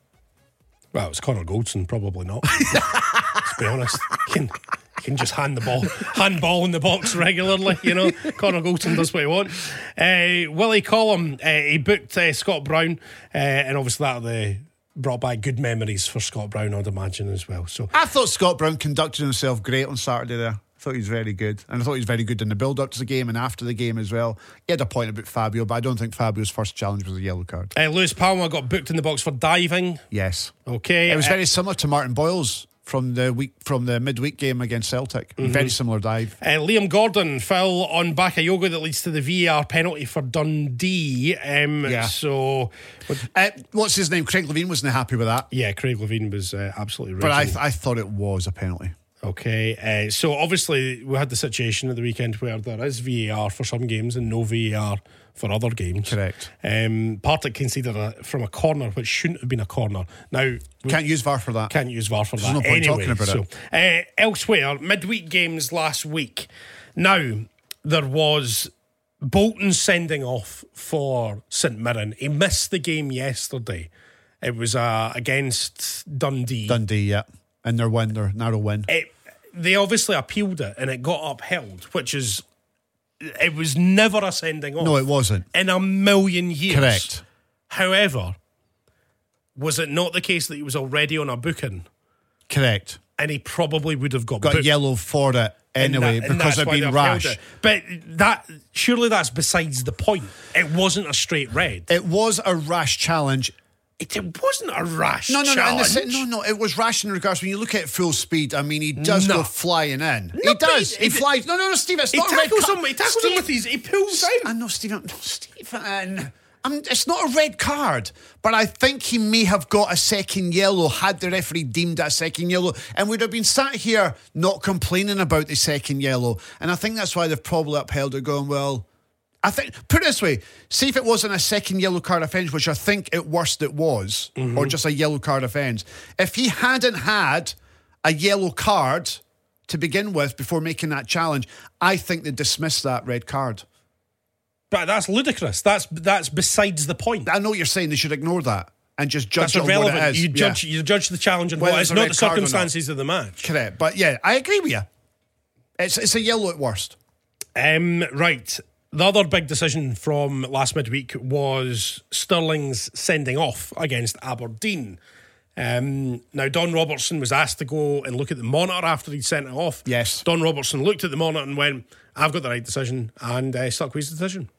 B: Well, it's Connor Goldson, probably not. Let's be honest. You can, you can just hand the ball, hand ball in the box regularly, you know. Connor Goldson does what he wants. Uh, Willie Collum, uh, he booked uh, Scott Brown, uh, and obviously that they brought back good memories for Scott Brown, I'd imagine, as well. So,
C: I thought Scott Brown conducted himself great on Saturday there. I thought he was very good. And I thought he was very good in the build up to the game and after the game as well. He had a point about Fabio, but I don't think Fabio's first challenge was a yellow card.
B: uh, Lewis Palmer got booked in the box for diving.
C: Yes.
B: Okay.
C: It was
B: uh,
C: very similar to Martin Boyle's from the week from the midweek game against Celtic. Very similar dive.
B: Uh, Liam Gordon fell on back a yoga that leads to the VAR penalty for Dundee. Um,
C: Yeah.
B: So,
C: Uh, what's his name? Craig Levine wasn't happy with that,
B: yeah, Craig Levine was uh, absolutely right.
C: but I, th- I thought it was a penalty.
B: Okay, uh, so obviously we had the situation at the weekend where there is VAR for some games and no VAR for other games.
C: Correct.
B: Um, Partick conceded a, from a corner which shouldn't have been a corner. Now we
C: Mm. Can't use VAR for that.
B: can't use VAR for
C: There's
B: that.
C: no point
B: anyway,
C: talking about
B: so, Uh, elsewhere, midweek games last week. Now there was Bolton sending off for St Mirren. He missed the game yesterday. It was uh, against Dundee
C: Dundee, yeah, and their win, their narrow win.
B: it, they obviously appealed it and it got upheld, which is it was never a sending off.
C: No, it wasn't.
B: in a million years.
C: Correct.
B: However, was it not the case that he was already on a booking
C: Correct.
B: and he probably would have got,
C: Got
B: booked
C: yellow for it
B: and that-
C: anyway
B: and that's
C: because they've
B: why they
C: been
B: upheld
C: rash.
B: it. But that surely that's besides the point. It wasn't a straight red.
C: It was a rash challenge
B: It, it wasn't a rash.
C: No, no, no, in the
B: challenge.
C: se- no, no. It was rash in regards when you look at it full speed. I mean, he does
B: No.
C: go flying in.
B: No,
C: he
B: but
C: does.
B: he-
C: He,
B: he-
C: flies. No, no, no, Steve. It's
B: He
C: not a red
B: tackles
C: card.
B: him. He tackles him
C: Steve-
B: with his. He pulls
C: St-
B: out.
C: I know, Stephen. No, Stephen. I mean, it's not a red card, but I think he may have got a second yellow had the referee deemed it a second yellow, and would have been sat here not complaining about the second yellow. And I think that's why they've probably upheld it, going, well, I think put it this way: see if it wasn't a second yellow card offence, which I think at worst it was, or just a yellow card offence. If he hadn't had a yellow card to begin with before making that challenge, I think they dismissed that red card.
B: But that's ludicrous. That's that's besides the point.
C: I know what you're saying they should ignore that and just judge
B: That's
C: it on
B: irrelevant.
C: what it is.
B: You
C: Yeah.
B: judge you judge the challenge and
C: Whether
B: what
C: it's
B: it's
C: a
B: not
C: red
B: the
C: card or not.
B: circumstances of the match.
C: Correct, but yeah, I agree with you. It's it's a yellow at worst.
B: Um, right. The other big decision from last midweek was Sterling's sending off against Aberdeen. Um, now, Don Robertson was asked to go and look at the monitor after he'd sent it off.
C: Yes.
B: Don Robertson looked at the monitor and went, I've got the right decision, and uh, stuck with his decision.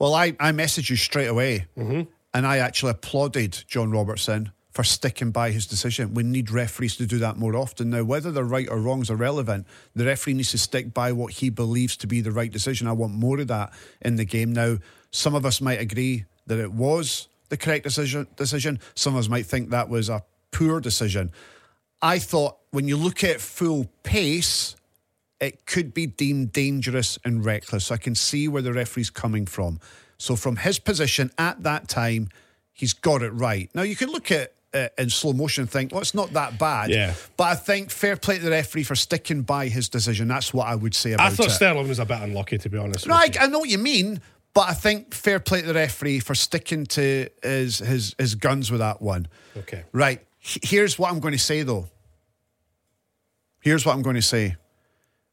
C: Well, I I messaged you straight away, and I actually applauded John Robertson for sticking by his decision. We need referees to do that more often now. Whether they're right or wrong is irrelevant. The referee needs to stick by what he believes to be the right decision. I want more of that in the game now. Some of us might agree that it was the correct decision. Decision. Some of us might think that was a poor decision. I thought when you look at full pace, it could be deemed dangerous and reckless. So I can see where the referee's coming from. So from his position at that time, he's got it right. Now you can look at it in slow motion and think, well, it's not that bad.
B: Yeah.
C: But I think fair play to the referee for sticking by his decision. That's what I would say about
B: I thought
C: it.
B: Sterling was a bit unlucky, to be honest.
C: No,
B: with
C: I,
B: you.
C: I know what you mean, but I think fair play to the referee for sticking to his his his guns with that one.
B: Okay.
C: Right. H- Here's what I'm going to say though. Here's what I'm going to say.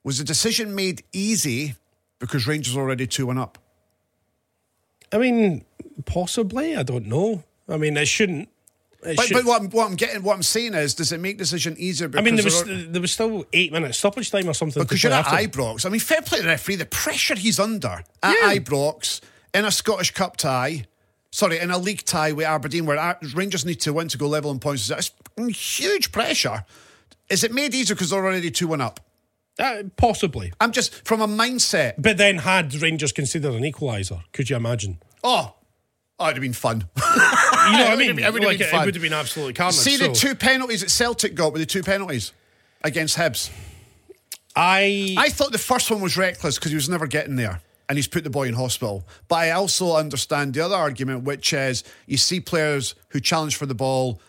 C: Was the decision made easy because Rangers were already two one up?
B: I mean, possibly. I don't know. I mean, it shouldn't. It
C: But,
B: should-
C: but what I'm what I'm getting what I'm saying is, does it make decision easier?
B: I
C: Because
B: mean, there was
C: they're al-
B: there was still eight minutes stoppage time or something. to
C: because you're
B: play
C: at
B: after.
C: Ibrox. I mean, fair play to the referee. The pressure he's under at
B: Yeah.
C: Ibrox in a Scottish Cup tie, sorry, in a league tie with Aberdeen, where Ar- Rangers need to win to go level in points. That's huge pressure. Is it made easier because they're already two one up?
B: Uh, possibly.
C: I'm just from a mindset.
B: But then, had Rangers considered an equaliser, could you imagine?
C: Oh, oh it'd have been fun.
B: You know what I mean?
C: It would've been- it would've
B: Like,
C: been
B: it-
C: fun.
B: It would have been absolutely carnage.
C: See the
B: so
C: two penalties that Celtic got with the two penalties against Hibs.
B: I,
C: I thought the first one was reckless because he was never getting there and he's put the boy in hospital. But I also understand the other argument, which is you see players who challenge for the ball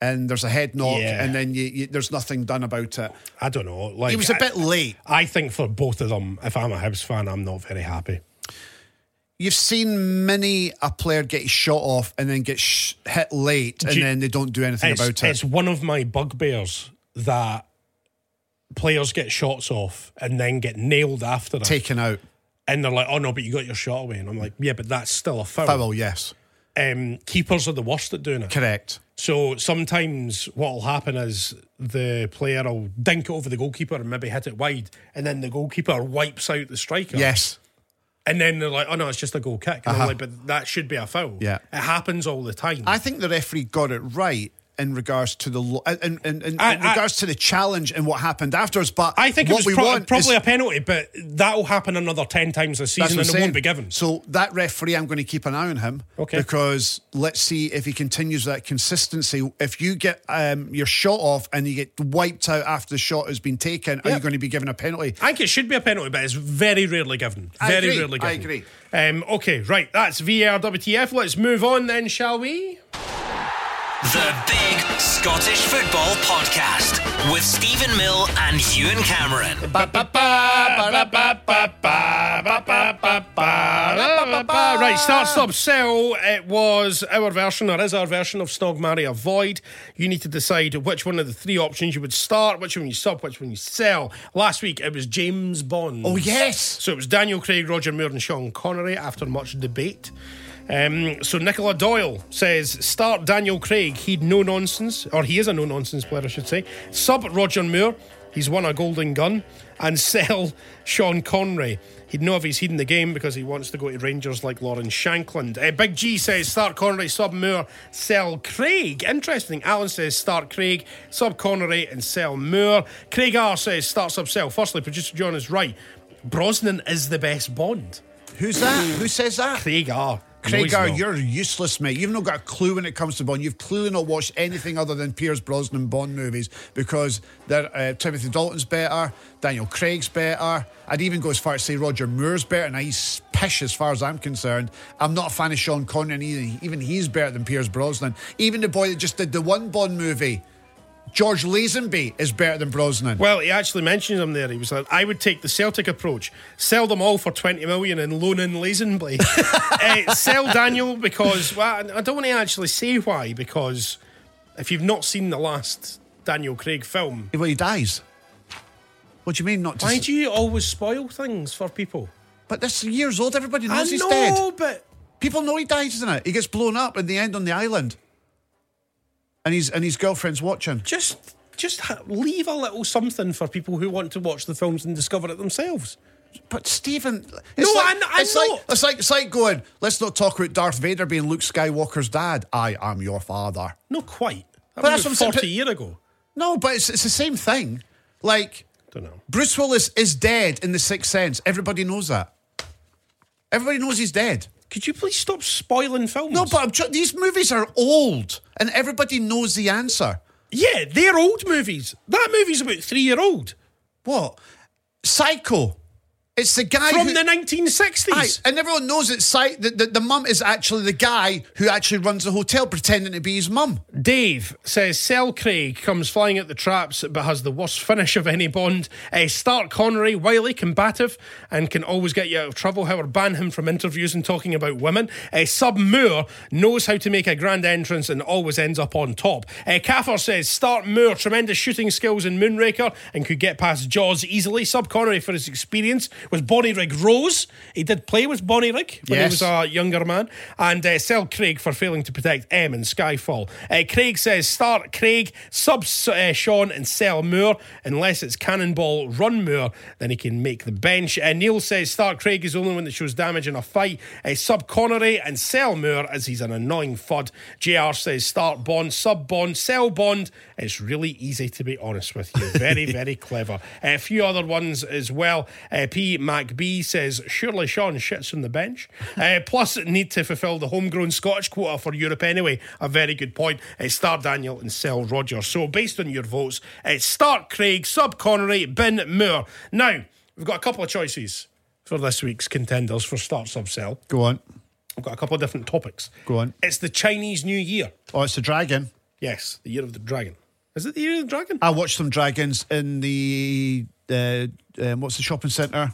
C: and there's a head knock
B: Yeah.
C: and then you, you, there's nothing done about it.
B: I don't know. Like
C: He was a
B: I-
C: bit late.
B: I think for both of them, if I'm a Hibs fan, I'm not very happy.
C: You've seen many a player get shot off and then get sh- hit late and
B: Do you-
C: then they don't do anything
B: It's,
C: about it.
B: it's one of my bugbears that players get shots off and then get nailed after it,
C: Taken out.
B: and they're like, "Oh no, but you got your shot away," and I'm like, "Yeah, but that's still a foul."
C: Foul, yes.
B: Um, keepers are the worst at doing it.
C: Correct.
B: So sometimes what will happen is the player will dink it over the goalkeeper and maybe hit it wide, and then the goalkeeper wipes out the striker.
C: Yes. Uh-huh.
B: And then they're like, oh no, it's just a goal kick. And I'm like, but that should be a foul.
C: Yeah.
B: It happens all the time.
C: I think the referee got it right in regards to the lo- in, in, in,
B: I-
C: in
B: I-
C: regards to the challenge and what happened afterwards. But
B: I think
C: what
B: it
C: we
B: was pro-
C: want
B: probably
C: is,
B: a penalty, but that will happen another 10 times this
C: that's
B: season and
C: what I'm
B: it
C: saying.
B: won't be given.
C: So that referee, I'm going to keep an eye on him.
B: Okay.
C: Because let's see if he continues that consistency. If you get um, your shot off and you get wiped out after the shot has been taken, are you going to be given a penalty?
B: I think it should be a penalty, but it's very rarely given.
C: I
B: Very
C: agree,
B: rarely
C: I
B: given. I agree. Um, okay, right. That's VAR WTF. Let's move on then, shall we?
A: The Big Scottish Football Podcast with Stephen Mill and Ewan Cameron.
B: Right, start, stop, sell. It was our version, or is our version of Snog, Marry, Avoid. You need to decide which one of the three options you would start, which one you stop, which one you sell. Last week it was James Bond.
C: Oh, yes.
B: So it was Daniel Craig, Roger Moore, and Sean Connery after much debate. Um, so Nicola Doyle says start Daniel Craig. He'd no nonsense, or he is a no nonsense player, I should say. Sub Roger Moore. He's won a golden gun. And sell Sean Connery. He'd know if he's heeding the game because he wants to go to Rangers like Lauren Shankland. Uh, Big G says start Connery, sub Moore, sell Craig. Interesting. Alan says start Craig, sub Connery, and sell Moore. Craig R says start sub sell. Firstly, producer John is right. Brosnan is the best Bond.
C: Who's that? Who says that?
B: Craig R. No,
C: Craigar,
B: he's not.
C: you're useless, mate. You've not got a clue when it comes to Bond. You've clearly not watched anything other than Piers Brosnan Bond movies because they're, uh, Timothy Dalton's better, Daniel Craig's better. I'd even go as far as say Roger Moore's better, and he's pish as far as I'm concerned. I'm not a fan of Sean Connery, and he- even he's better than Piers Brosnan. Even the boy that just did the one Bond movie, George Lazenby, is better than Brosnan.
B: Well, he actually mentions him there. He was like, I would take the Celtic approach. Sell them all for 20 million and loan in Lazenby. uh, sell Daniel because, well, I I don't want to actually say why, because if you've not seen the last Daniel Craig film,
C: well, he dies. What do you mean not to?
B: why
C: s-
B: do you always spoil things for people?
C: But this is years old. Everybody knows
B: I
C: he's
B: know,
C: dead.
B: but
C: People know he dies, isn't it? He gets blown up in the end on the island, and his and his girlfriend's watching.
B: just just ha- leave a little something for people who want to watch the films and discover it themselves.
C: But Stephen,
B: No,
C: it's like,
B: I kn- I
C: it's
B: know.
C: Like, it's like it's like going. Let's not talk about Darth Vader being Luke Skywalker's dad. I am your father.
B: Not quite. That
C: But
B: was
C: that's
B: about
C: what I'm saying,
B: 40
C: but-
B: years ago.
C: No, but it's it's the same thing. Like
B: Don't know.
C: Bruce Willis is dead in the Sixth Sense. Everybody knows that. Everybody knows he's dead.
B: Could you please stop spoiling films?
C: No, but I'm tr- these movies are old, and everybody knows the answer.
B: Yeah, they're old movies. That movie's about three year old
C: What? Psycho. It's the guy
B: from
C: who-
B: the 1960s.
C: Aye, and everyone knows it's Psy- that the, the mum is actually the guy who actually runs the hotel pretending to be his mum.
B: Dave says Sel Craig comes flying at the traps but has the worst finish of any Bond. Uh, Stark Connery, wily, combative, and can always get you out of trouble. However, ban him from interviews and talking about women. Uh, Sub Moore knows how to make a grand entrance and always ends up on top. Uh, Kaffir says Stark Moore, tremendous shooting skills in Moonraker and could get past Jaws easily. Sub Connery, for his experience, was Bonnie Rig Rose. He did play with Bonnie Rig when
C: Yes.
B: he was a a younger man, and uh, sell Craig for failing to protect M in Skyfall. Uh, Craig says start Craig, sub uh, Sean, and sell Moore. Unless it's Cannonball Run Moore, then he can make the bench. Uh, Neil says start Craig is the only one that shows damage in a fight. Uh, sub Connery and sell Moore as he's an annoying fud. JR says start Bond, sub Bond, sell Bond. It's really easy to be honest with you. Very, very clever. Uh, A few other ones as well. Uh, P. MacB says, surely Sean shits on the bench. Uh, plus, need to fulfil the homegrown Scottish quota for Europe anyway. A very good point. Uh, star Daniel and Sel Rogers. So, based on your votes, it's Stark Craig, Sub Connery, Bin Moore. Now, we've got a couple of choices for this week's contenders for Start Sub Sell.
C: Go on.
B: We've got a couple of different topics.
C: Go on.
B: It's the Chinese New Year.
C: Oh, it's the dragon.
B: Yes, the year of the dragon. Is it the year of the dragon?
C: I watched some dragons in the uh, um, what's the shopping centre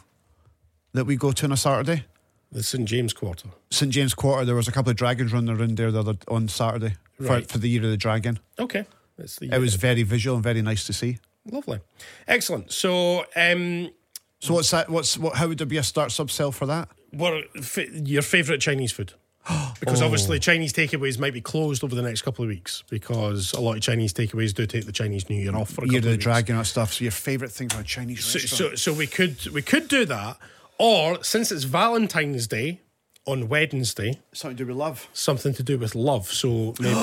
C: that we go to on a Saturday,
B: the St James Quarter.
C: St James Quarter. There was a couple of dragons running around there the other on Saturday
B: Right.
C: for, for the year of the dragon.
B: Okay. That's the
C: It was very visual and very nice to see.
B: lovely. Excellent. So um
C: So what's that? What's what? How would there be a start sub sell for that?
B: what f- your favourite Chinese food?
C: Oh.
B: Because obviously Chinese takeaways might be closed over the next couple of weeks because a lot of Chinese takeaways do take the Chinese New Year off for a
C: Year
B: couple
C: of the
B: of weeks.
C: dragon and stuff. So your favourite thing from a Chinese
B: So,
C: restaurant?
B: so so we could we could do that, or since it's Valentine's Day on Wednesday,
C: Something to do with love.
B: something to do with love. So maybe,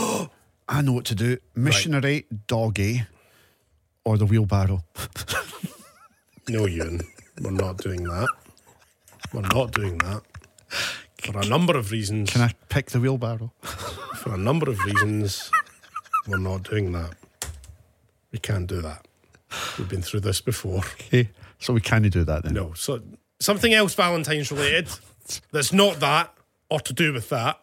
C: I know what to do. Missionary doggy or the wheelbarrow.
B: no, Ewan, we're not doing that. We're not doing that for a number of reasons.
C: Can I pick the wheelbarrow?
B: for a number of reasons, we're not doing that. We can't do that. We've been through this before.
C: Okay. So we can do that then.
B: No, so something else Valentine's related that's not that or to do with that.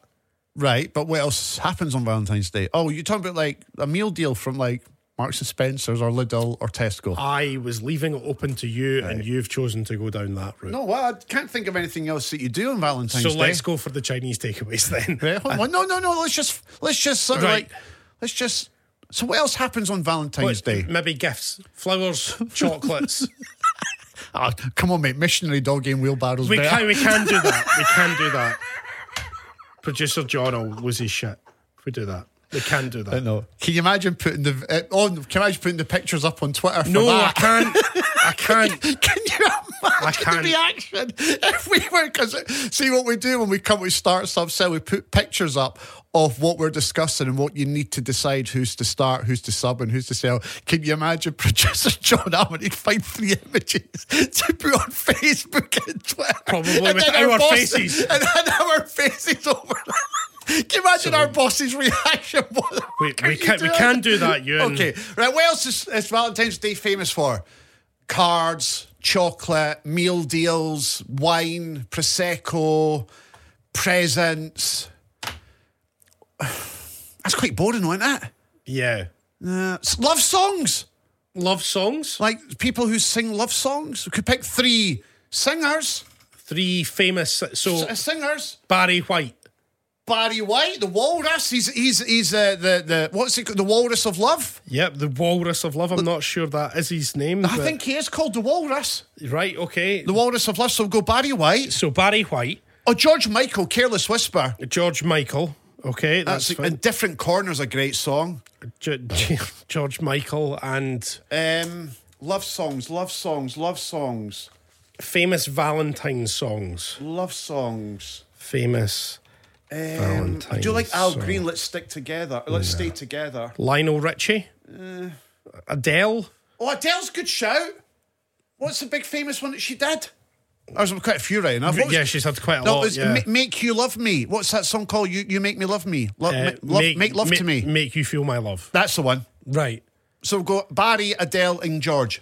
C: Right, but what else happens on Valentine's Day? Oh, you're talking about like a meal deal from like Marks and Spencer's or Lidl or Tesco.
B: I was leaving it open to you, and you've chosen to go down that route.
C: no, well, I can't think of anything else that you do on Valentine's
B: so
C: Day.
B: let's go for the Chinese takeaways then.
C: Right, hold on. No, no, no. Let's just let's just sort of
B: Right.
C: like let's just. So what else happens on Valentine's
B: But
C: Day?
B: Maybe gifts, flowers, chocolates.
C: Ah, come on, mate. Missionary doggy and wheelbarrows.
B: we
C: better.
B: can we can do that. We can do that. Producer John will lose his shit if we do that. We can do that.
C: No. Can you imagine putting the oh, uh, on? Can you imagine putting the pictures up on Twitter? For
B: No, I
C: that?
B: can't. I can't.
C: Can you Imagine the
B: can't.
C: reaction if we were because see what we do when we come we start sub sell we put pictures up of what we're discussing and what you need to decide who's to start who's to sub and who's to sell can you imagine producer John Hammond he'd find three images to put on Facebook and Twitter
B: Probably
C: and
B: with
C: then
B: our
C: bosses-
B: faces.
C: and then our faces over can you imagine our boss's reaction
B: We-
C: Can
B: we
C: you
B: can't- we
C: that?
B: can't do that, Ewan.
C: okay right what else is, is Valentine's Day famous for cards, chocolate, meal deals, wine, prosecco, presents. That's quite boring, wasn't it?
B: Yeah.
C: Uh, s- love songs,
B: Love songs.
C: like people who sing love songs. We could pick three singers,
B: Three famous. So
C: S- singers.
B: Barry White.
C: Barry White, the Walrus. He's he's he's uh, the the what's he called? The Walrus of Love.
B: Yep, the Walrus of Love. I'm not sure that is his name.
C: I
B: but-
C: think he is called the Walrus.
B: Right. Okay.
C: The Walrus of Love. So we'll go Barry White.
B: so Barry White,
C: Oh, George Michael, Careless Whisper.
B: George Michael. Okay, that's,
C: That's
B: fine.
C: in different corners. A great song.
B: Ge- Ge- George Michael and
C: Um, love songs, love songs, love songs,
B: famous Valentine songs.
C: love songs.
B: Famous
C: Um,
B: Valentine's
C: I do like Al
B: song.
C: Green. Let's stick together. Let's stay together.
B: Lionel Richie,
C: Uh,
B: Adele.
C: Oh, Adele's good shout. What's the big famous one that she did? There's quite a few right enough. What was-
B: yeah, she's had quite a
C: No, it
B: lot.
C: was
B: yeah.
C: Ma- make you love me. What's that song called? You you make me love me. Lo-
B: Uh,
C: ma- love, make, love
B: ma-
C: to me.
B: Make you feel my love.
C: That's the one.
B: Right.
C: So we'll go Barry, Adele, and George,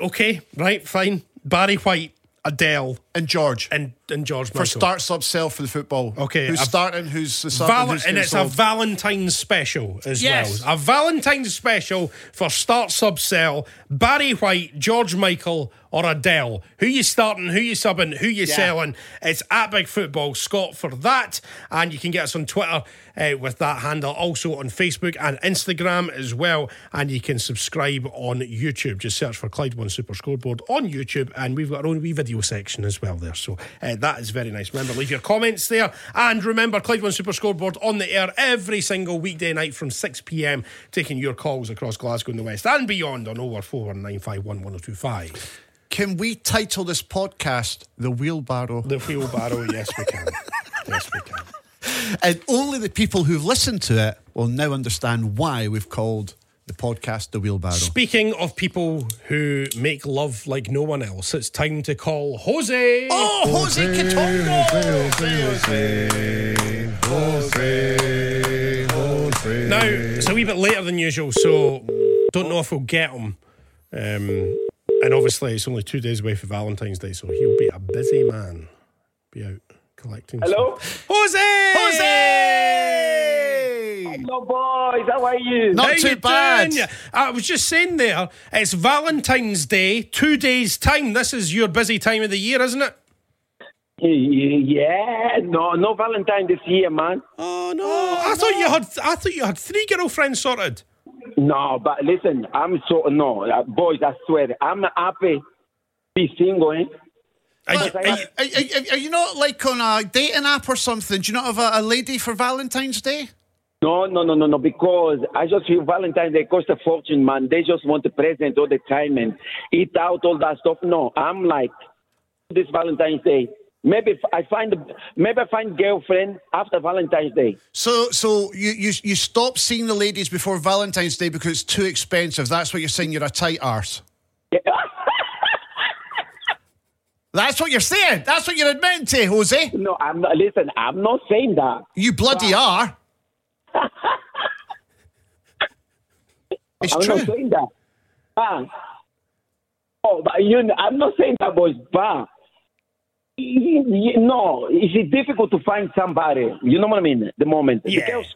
B: Okay. Right. Fine. Barry White, Adele,
C: and George.
B: and and George Michael.
C: for start sub sell for the football.
B: Okay,
C: who's
B: I've-
C: starting? Who's the sub?
B: Val-
C: who's
B: and
C: getting
B: it's a
C: sold.
B: Valentine's special as
C: Yes.
B: well. A Valentine's special for Start Sub Sell, Barry White, George Michael, or Adele. Who you starting, who you subbing, who you selling. It's at Big Football Scott for that. And you can get us on Twitter uh, with that handle, also on Facebook and Instagram as well. And you can subscribe on YouTube. Just search for Clyde One Super Scoreboard on YouTube. And we've got our own wee video section as well there. So uh, that is very nice. Remember, leave your comments there. And remember, Clyde One Super Scoreboard on the air every single weekday night from 6 pm, taking your calls across Glasgow and the West and beyond on 044951025.
C: Can we title this podcast "The Wheelbarrow"?
B: The wheelbarrow, yes, we can. Yes, we can.
C: And only the people who've listened to it will now understand why we've called the podcast "The Wheelbarrow."
B: Speaking of people who make love like no one else, it's time to call Jose.
C: oh, Jose Catondo!
B: Now, it's a wee bit later than usual, so don't know if we'll get him. Um, and obviously, it's only two days away for Valentine's Day, so he'll be a busy man. Be out collecting.
G: Hello?
B: stuff. Jose!
C: Jose!
G: Hello, boys. How are you?
C: Not
B: How
C: too
B: you
C: bad.
B: doing? I was just saying there, it's Valentine's Day, two days' time. This is your busy time of the year, isn't it?
G: Yeah, no, no Valentine this year, man.
B: Oh no! I thought you had. I thought you had three girlfriends sorted.
G: No, but listen, I'm so no, uh, boys. I swear, I'm happy. to Be single, eh?
B: Are you,
C: Are,
B: are you-
C: are- are- are you not like on a dating app or something? Do you not have a, a lady for Valentine's Day?
G: No, no, no, no, no. Because I just feel Valentine they cost a fortune, man. They just want a present all the time and eat out all that stuff. No, I'm like this Valentine's Day. Maybe if I find maybe I find girlfriend after Valentine's Day.
C: So, so you, you you stop seeing the ladies before Valentine's Day because it's too expensive. That's what you're saying. You're a tight arse. That's what you're saying. That's what you're admitting to, Jose.
G: No, I'm not. Listen, I'm not saying that.
C: You bloody are. It's
G: I'm not
C: true.
G: saying that. But, oh, but you know, I'm not saying that, boys, but you, you, no, it's difficult to find somebody. You know what I mean? The moment.
B: Yeah.
G: The girl's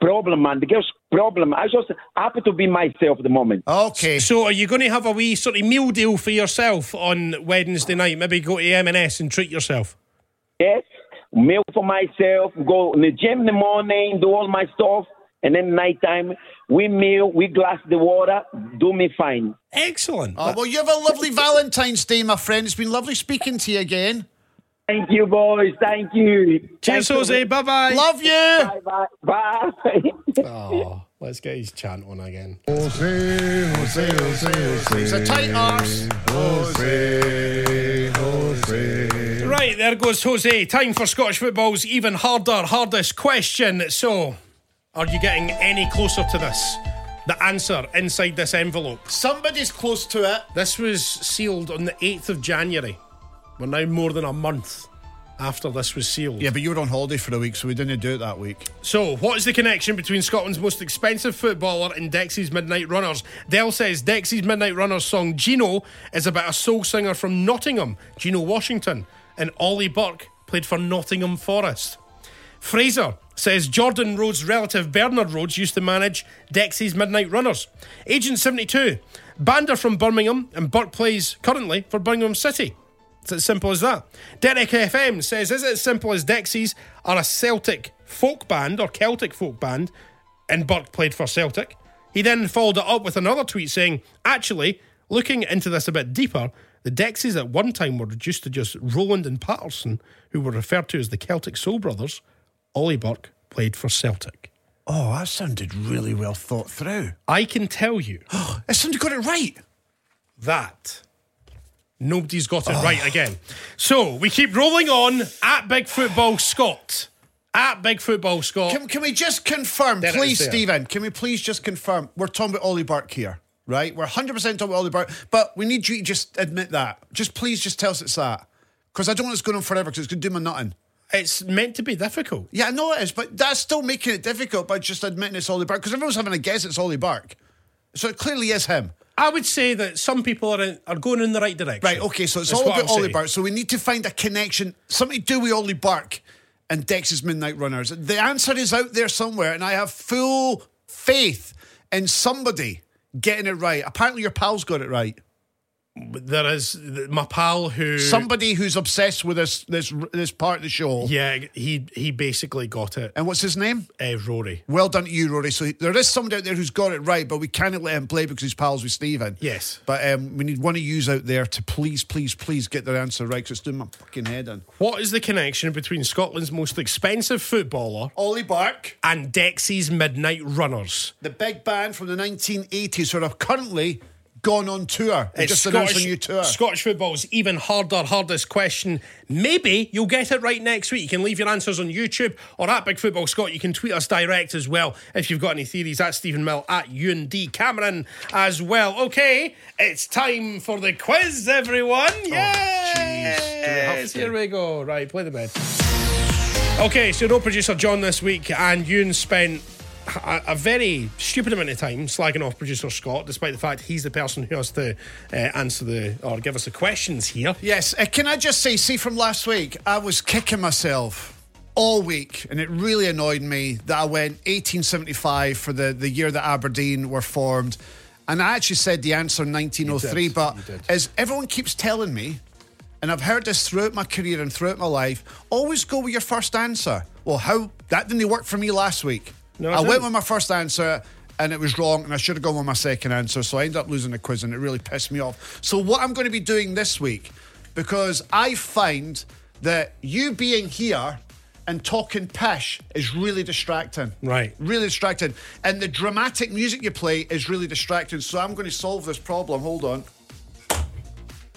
G: problem, man. The girl's problem. I just happen to be myself at the moment.
C: Okay.
B: so are you going to have a wee sort of meal deal for yourself on Wednesday night? Maybe go to M and S and treat yourself.
G: Yes, meal for myself, go in the gym in the morning, do all my stuff, and then nighttime, we meal, we glass the water, do me fine.
B: Excellent.
C: Oh, well, you have a lovely Valentine's Day, my friend. It's been lovely speaking to you again.
G: Thank you, boys. Thank you.
B: Cheers,
G: Thank you.
B: Jose. Bye bye.
C: Love you.
G: Bye. Bye.
B: Oh, Let's get his chant on again.
H: Jose, Jose, Jose, Jose.
C: It's a tight arse.
H: Jose, Jose.
B: Right, there goes Jose. Time for Scottish football's even harder, hardest question. So, are you getting any closer to this? The answer inside this envelope.
C: Somebody's close to it.
B: This was sealed on the 8th of January. We're now more than a month after this was sealed.
C: Yeah, but you were on holiday for a week, so we didn't do it that week.
B: So, what is the connection between Scotland's most expensive footballer and Dexy's Midnight Runners? Dell says Dexy's Midnight Runners song Gino is about a soul singer from Nottingham, Gino Washington, and Ollie Burke played for Nottingham Forest. Fraser says Jordan Rhodes' relative Bernard Rhodes used to manage Dexy's Midnight Runners. Agent 72, Bander from Birmingham, and Burke plays currently for Birmingham City. It's as simple as that. Derek FM says, Is it as simple as Dexys are a Celtic folk band or Celtic folk band? And Burke played for Celtic. He then followed it up with another tweet saying, Actually, looking into this a bit deeper, the Dexys at one time were reduced to just Roland and Patterson, who were referred to as the Celtic Soul Brothers. Ollie Burke played for Celtic.
C: Oh, that sounded really well thought through.
B: I can tell you
C: It sounded got it right.
B: that nobody's got it right again. So we keep rolling on at Big Football Scott. At Big Football Scott.
C: Can, can we just confirm,
B: There it is
C: please,
B: there.
C: Stephen? Can we please just confirm? We're talking about Ollie Burke here, right? We're 100% talking about Ollie Burke, but we need you to just admit that. Just please just tell us it's that. Because I don't want this going on forever because it's going to do my nothing.
B: it's meant to be difficult.
C: Yeah, I know it is, but that's still making it difficult by just admitting it's Ollie Burke because everyone's having a guess it's Ollie Burke. So it clearly is him.
B: I would say that some people are in, are going in the right direction.
C: Right, okay, so it's
B: That's
C: all
B: what
C: about
B: I'll
C: Ollie
B: say.
C: Burke. So we need to find a connection, something to do with Ollie Burke and Dex's Midnight Runners. The answer is out there somewhere, and I have full faith in somebody getting it right. Apparently, your pal's got it right.
B: There is th- my pal who
C: Somebody who's obsessed with this this this part of the show.
B: yeah he he basically got it.
C: And what's his name?
B: Uh, Rory.
C: Well done to you, Rory. So there is somebody out there who's got it right, but we cannot let him play because he's pals with Steven.
B: Yes.
C: But um, we need one of yous out there to please, please, please get their answer right because it's doing my fucking head in.
B: What is the connection between Scotland's most expensive footballer
C: Ollie Burke.
B: and Dexy's Midnight Runners?
C: the big band from the 1980s who have currently gone on tour. They just announced a new tour.
B: Scottish football's even harder, hardest question. Maybe you'll get it right next week. You can leave your answers on YouTube or at Big Football Scott. You can tweet us direct as well if you've got any theories. At Stephen Mill at Ewan D Cameron as well. Okay, it's time for the quiz, everyone.
C: Oh,
B: yes,
C: to?
B: here we go. Right, play the bed. Okay, so no producer John this week, and Ewan spent a, a very stupid amount of time slagging off producer Scott, despite the fact he's the person who has to uh, answer the or give us the questions here.
C: yes, uh, can I just say, see from last week, I was kicking myself all week and it really annoyed me that I went 1875 for the, the year that Aberdeen were formed. And I actually said the answer 1903,
B: You did,
C: but
B: you did.
C: as everyone keeps telling me, and I've heard this throughout my career and throughout my life, always go with your first answer. Well, how that didn't work for me last week.
B: No, it
C: I went
B: didn't.
C: with my first answer and it was wrong, and I should have gone with my second answer. So I ended up losing the quiz, and it really pissed me off. So what I'm going to be doing this week, because I find that you being here and talking pish is really distracting.
B: Right.
C: Really distracting. And the dramatic music you play is really distracting. So I'm going to solve this problem. Hold on.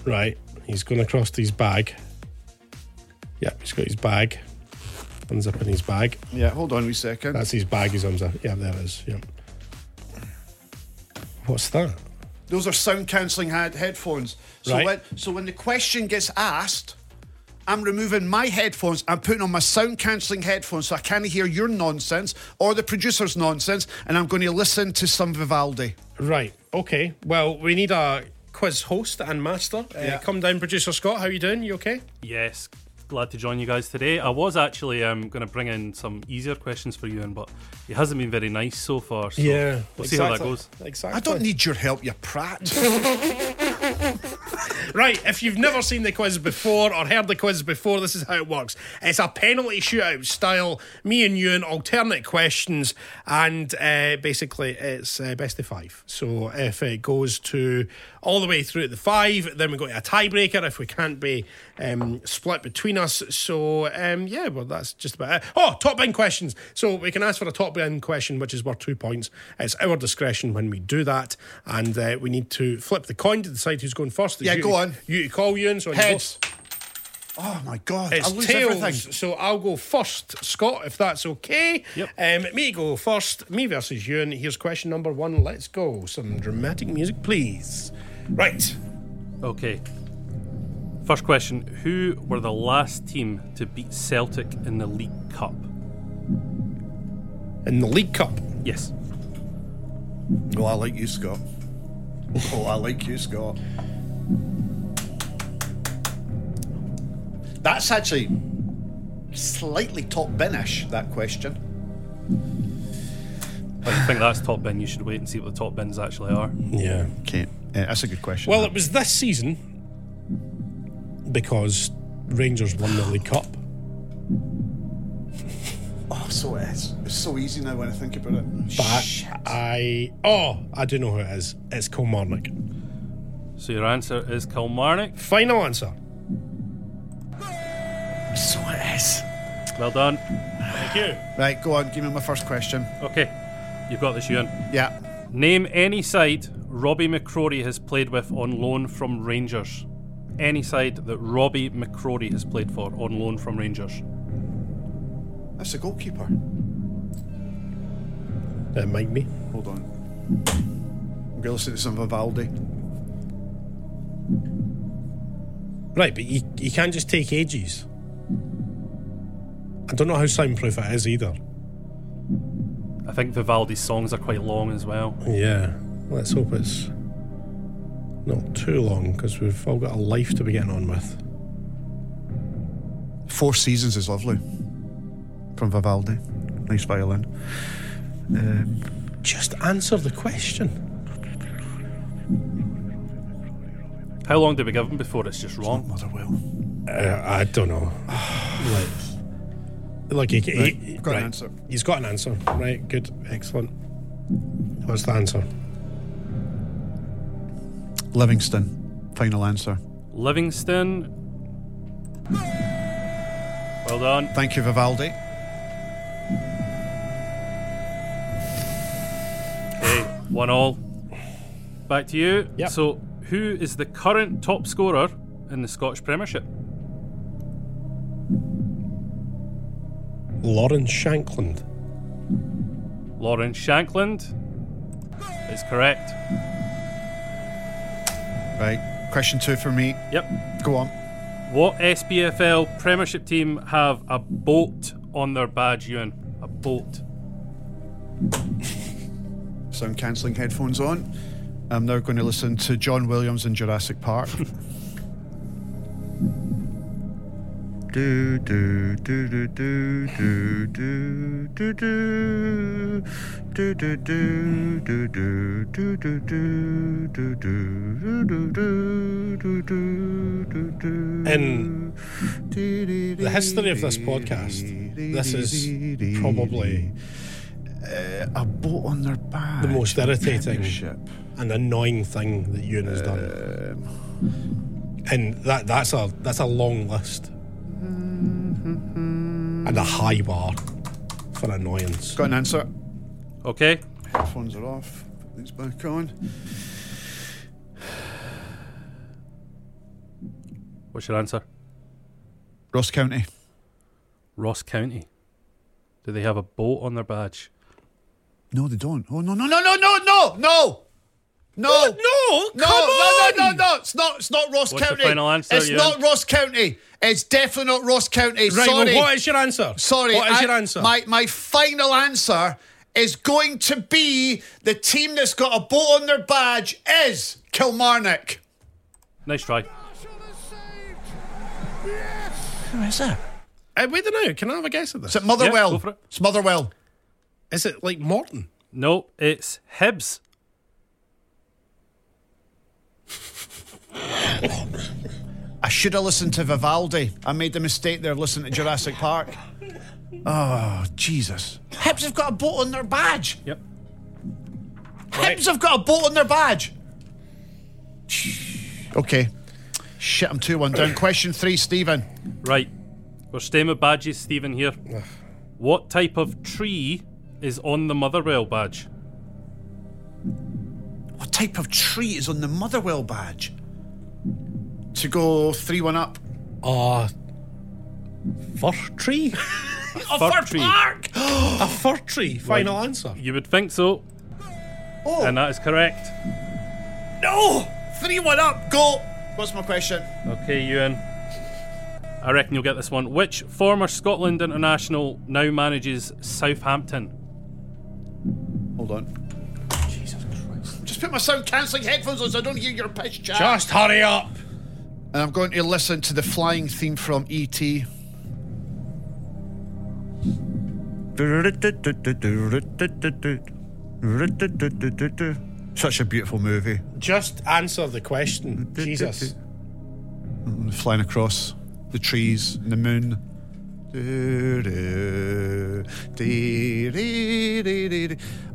B: Right, he's going across to his bag. Yep, he's got his bag. Unzipping his bag.
C: Yeah, hold on a wee second.
B: That's his bag. He's unzipping. Yeah, there it is. Yep. What's that?
C: Those are sound cancelling head- headphones. So
B: Right.
C: when so when the question gets asked, I'm removing my headphones. I'm putting on my sound cancelling headphones so I can't hear your nonsense or the producer's nonsense, and I'm going to listen to some Vivaldi.
B: Right. Okay. Well, we need a quiz host and master. Uh,
C: Yeah.
B: Come down, producer Scott. How you doing? You okay?
I: Yes, glad to join you guys today. I was actually um, going to bring in some easier questions for you, and but it hasn't been very nice so far. So we'll see how that goes.
B: Exactly.
C: I don't need your help, you prat.
B: Right, if you've never seen the quiz before or heard the quiz before, this is how it works. It's a penalty shootout style, me and you and alternate questions, and uh, basically it's uh, best of five. So if it goes to all the way through to the five, then we go to a tiebreaker if we can't be um, split between us. So um, yeah, well that's just about it. Oh, top end questions. So we can ask for a top end question, which is worth two points. It's our discretion when we do that, and uh, we need to flip the coin to decide who's going first. It's
C: Yeah,
B: you
C: go
B: to-
C: on.
B: You to call you in. So you
C: Heads.
B: go-
C: Oh my god!
B: It's
C: I lose
B: tails.
C: everything.
B: So I'll go first, Scott, if that's okay.
I: Yep.
B: Um, me go first. Me versus you. And here's question number one. Let's go. Some dramatic music, please. Right.
I: Okay. First question Who were the last team to beat Celtic in the League Cup?
B: In the League Cup.
I: Yes.
C: Oh, I like you, Scott. Oh, I like you, Scott. That's actually slightly top binish. That question.
I: But you think that's top bin, you should wait and see what the top bins actually are.
B: Yeah.
C: Okay, yeah, Uh, that's a good question.
B: Well, it was this season because Rangers won the League Cup.
C: oh, so it's, it's so easy now when I think about it.
B: But I. Oh, I do know who it is. It's Kilmarnock.
I: So your answer is Kilmarnock.
B: Final answer.
C: So it is.
I: Well done.
B: Thank you.
C: Right, go on. Give me my first question.
I: Okay. You've got this, Ewan.
C: Yeah.
I: Name any side Robbie McCrory has played with on loan from Rangers. Any side that Robbie McCrory has played for on loan from Rangers.
C: That's a goalkeeper.
B: It might be.
C: Hold on. I'm going to listen to some Vivaldi.
B: Right, but you, you can't just take ages. I don't know how soundproof it is either.
I: I think Vivaldi's songs are quite long as well.
B: Yeah, let's hope it's not too long because we've all got a life to be getting on with.
C: Four Seasons is lovely. From Vivaldi. Nice violin. Um,
B: Just answer the question.
I: How long did we give him before it's just wrong?
C: Motherwell.
B: Uh, I don't know. like, like he, he-
C: Right, I've got an
B: right,
C: answer.
B: He's got an answer. Right, good, excellent. What's the answer?
C: Livingston. Final answer.
I: Livingston. Well done.
C: Thank you, Vivaldi.
I: Okay, one all. Back to you.
B: Yep.
I: So, who is the current top scorer in the Scottish Premiership?
B: Lauren Shankland.
I: Lauren Shankland is correct.
C: Right. Question two for me.
I: Yep.
C: Go on.
I: What SPFL Premiership team have a boat on their badge, Ewan? A boat.
C: Sound cancelling headphones on. I'm now going to listen to John Williams in Jurassic Park. do do do do do do do do do do do do do do do do do do do do do do do do do
B: In
C: the
B: the history of this podcast, this is probably
C: a boat on their back.
B: the most irritating an annoying thing that Ewan has done.
C: Um.
B: and that that's a that's a long list.
C: Mm-hmm.
B: And a high bar for annoyance.
C: Got an answer.
I: Okay.
C: Headphones are off. Put these back on.
I: What's your answer?
C: Ross County.
I: Ross County. Do they have a boat on their badge?
C: No, they don't. Oh no no no no no no no no no
B: No,
C: Oh, no no no no! It's not it's not Ross
I: What's the
C: County.
I: final answer,
C: it's
I: Ewan?
C: not Ross County. It's definitely not Ross County.
B: Right,
C: Sorry.
B: well, what is your answer?
C: Sorry.
B: What is
C: I-
B: your answer?
C: My my final answer is going to be the team that's got a boat on their badge is Kilmarnock.
I: Nice try.
C: Who is it?
B: Uh, wait a minute, can I have a guess at this?
C: Is it Motherwell?
I: go for it.
C: It's Motherwell.
B: Is it like Morton?
I: No, it's Hibs.
C: should have listened to Vivaldi. I made the mistake there listening to Jurassic Park. Oh, Jesus. Hibs have got a boat on their badge.
I: Yep.
C: Hibs have got a boat on their badge. Okay. Shit, I'm 2 1 down. Question three, Stephen.
I: Right. We're staying with badges, Stephen here. what type of tree is on the Motherwell badge?
C: What type of tree is on the Motherwell badge? To go 3 1 up.
B: Uh, fir tree?
C: A
I: fir tree.
C: Park!
B: a fir tree. Final answer.
I: You would think so,
C: Oh,
I: and that is correct.
C: no! 3 1 up. Go. What's my question?
I: Okay, Ewan. I reckon you'll get this one. Which former Scotland international now manages Southampton?
C: Hold on. Jesus Christ. Just put my sound cancelling headphones on so I don't hear your pitch chat.
B: Just hurry up.
C: And I'm going to listen to the flying theme from E E.T. Such a beautiful movie.
B: Just answer the question. Jesus.
C: Flying across the trees and the moon.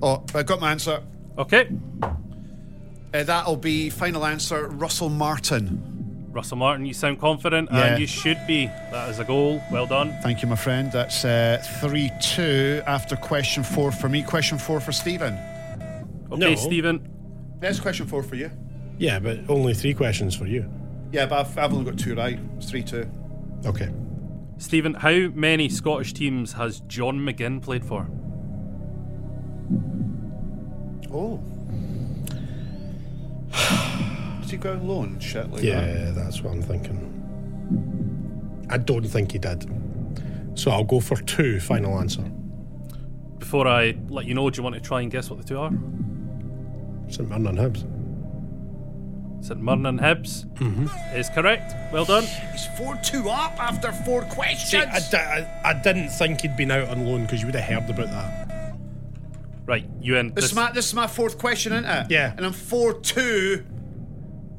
C: Oh, I got my answer.
I: Okay.
C: Uh, that'll be final answer Russell Martin.
I: Russell Martin, you sound confident,
C: Yeah.
I: and you should be. That is a goal. Well done.
C: Thank you, my friend. That's uh, 3 2 after question four for me. Question four for Stephen.
I: Okay,
B: No.
I: Stephen.
C: That's question four for you.
B: Yeah, but only three questions for you.
C: Yeah, but I've, I've only got two right. It's 3 2.
B: Okay.
I: Stephen, how many Scottish teams has John McGinn played for?
C: Oh. Did he go on loan and shit like that?
B: Yeah, that's what I'm thinking. I don't think he did. So I'll go for two. Final answer.
I: Before I let you know, do you want to try and guess what the two are?
B: St. Mirren and Hibs.
I: St Mirren and Hibs
C: Mm-hmm.
I: is correct. Well done.
C: He's 4 2 up after four questions.
B: See, I, di- I, I didn't think he'd been out on loan because you would have heard about that.
I: Right, Ewan.
C: this, is my, this is my fourth question, isn't it?
B: Yeah.
C: And I'm 4 2.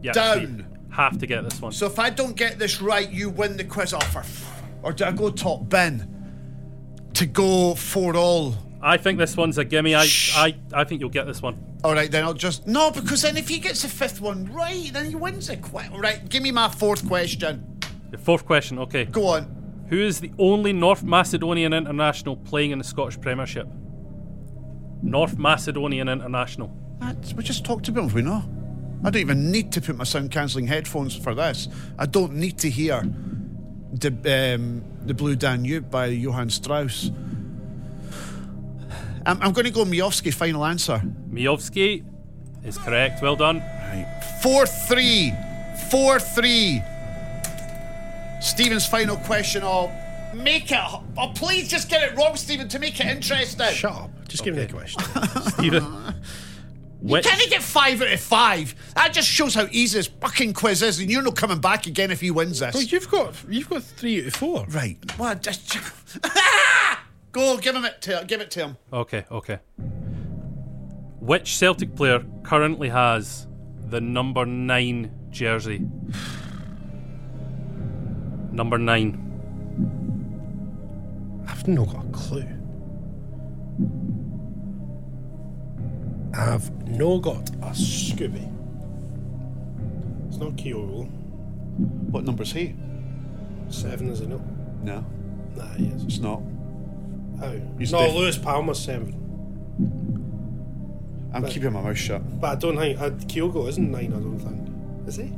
I: yeah,
C: down.
I: you Have to get this one.
C: So if I don't get this right, you win the quiz offer. Or do I go top bin? To go for all.
I: I think this one's a gimme. I,
C: Shh.
I: I, I think you'll get this one.
C: All right, then I'll just. No, because then if he gets the fifth one right, then he wins the quiz. All right, give me my fourth question.
I: The fourth question. Okay.
C: Go on.
I: Who is the only North Macedonian international playing in the Scottish Premiership? North Macedonian international.
C: That's, we just talked about him, we know. I don't even need to put my sound cancelling headphones for this. I don't need to hear the, um, the Blue Danube by Johann Strauss. I'm, I'm going to go Miofsky, final answer.
I: Miovsky is correct. Well done.
C: 4 3. 4 3. Stephen's final question I'll Make it. Oh, please just get it wrong, Stephen, to make it interesting.
B: Shut up. Just give me the question.
I: Stephen. Which,
C: Can he get five out of five? That just shows how easy this fucking quiz is, and you're not coming back again if he wins this.
B: well, you've got you've got three out of four.
C: right. Well, I just go give him it to give it to him.
I: okay, okay. Which Celtic player currently has the number nine jersey? Number nine.
B: I've not got a clue. I've no got a Scooby. It's not Kyogo.
C: What number's he?
B: Seven is it not?
C: No,
B: Nah, he is.
C: it's not.
B: How?
C: He's
B: no,
C: deaf.
B: Lewis Palmer's seven.
C: I'm keeping my mouth shut.
B: But I don't think uh, Kyogo isn't nine. I don't think. Is he?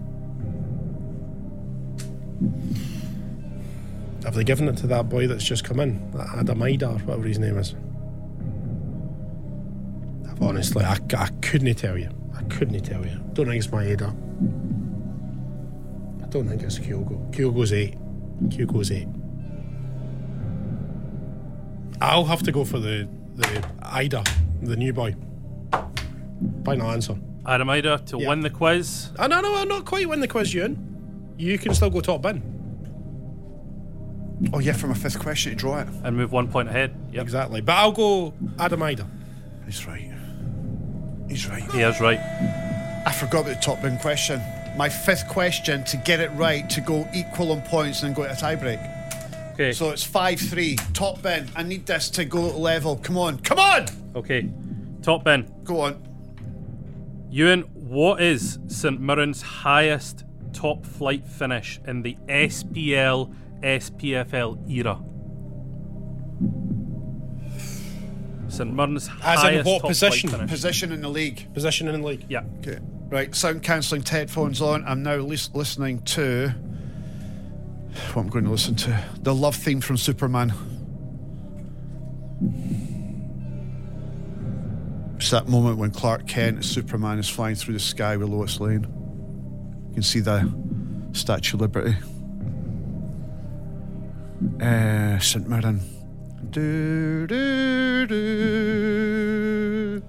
B: Have they given it to that boy that's just come in? That Adamaida or whatever his name is. I've honestly, I, I couldn't tell you. I couldn't tell you. Don't think it's my head up. I don't think it's Kyogo. Kyogo's eight. Kyogo's eight. I'll have to go for the the Ida, the new boy. Final answer.
I: Aramida to
B: Yeah.
I: win the quiz.
B: Oh, no, no, I'll not quite win the quiz, Ewan. You can still go top bin.
C: Oh yeah, for my fifth question, to draw it.
I: and move one point ahead. Yep,
B: Exactly. But I'll go Adam Ida.
C: He's right. He's right.
I: he is right.
C: I forgot about the top bin question. my fifth question to get it right to go equal on points and then go to a tiebreak.
I: Okay.
C: So it's 5 3. Top bin. I need this to go level. Come on. Come on!
I: okay. Top bin.
C: Go on.
I: Ewan, what is St Mirren's highest top flight finish in the SPL SPFL era? St Mirren's
B: As
I: highest
B: in what
I: top
B: position?
I: flight finish.
C: Position in the league.
B: Position in the league.
I: Yeah.
C: Okay. Right, sound cancelling headphones on. I'm now lis- listening to what I'm going to listen to. The love theme from Superman. It's that moment when Clark Kent as Superman is flying through the sky with Lois Lane. You can see the Statue of Liberty. Uh, St. Mirren. Do, do, do.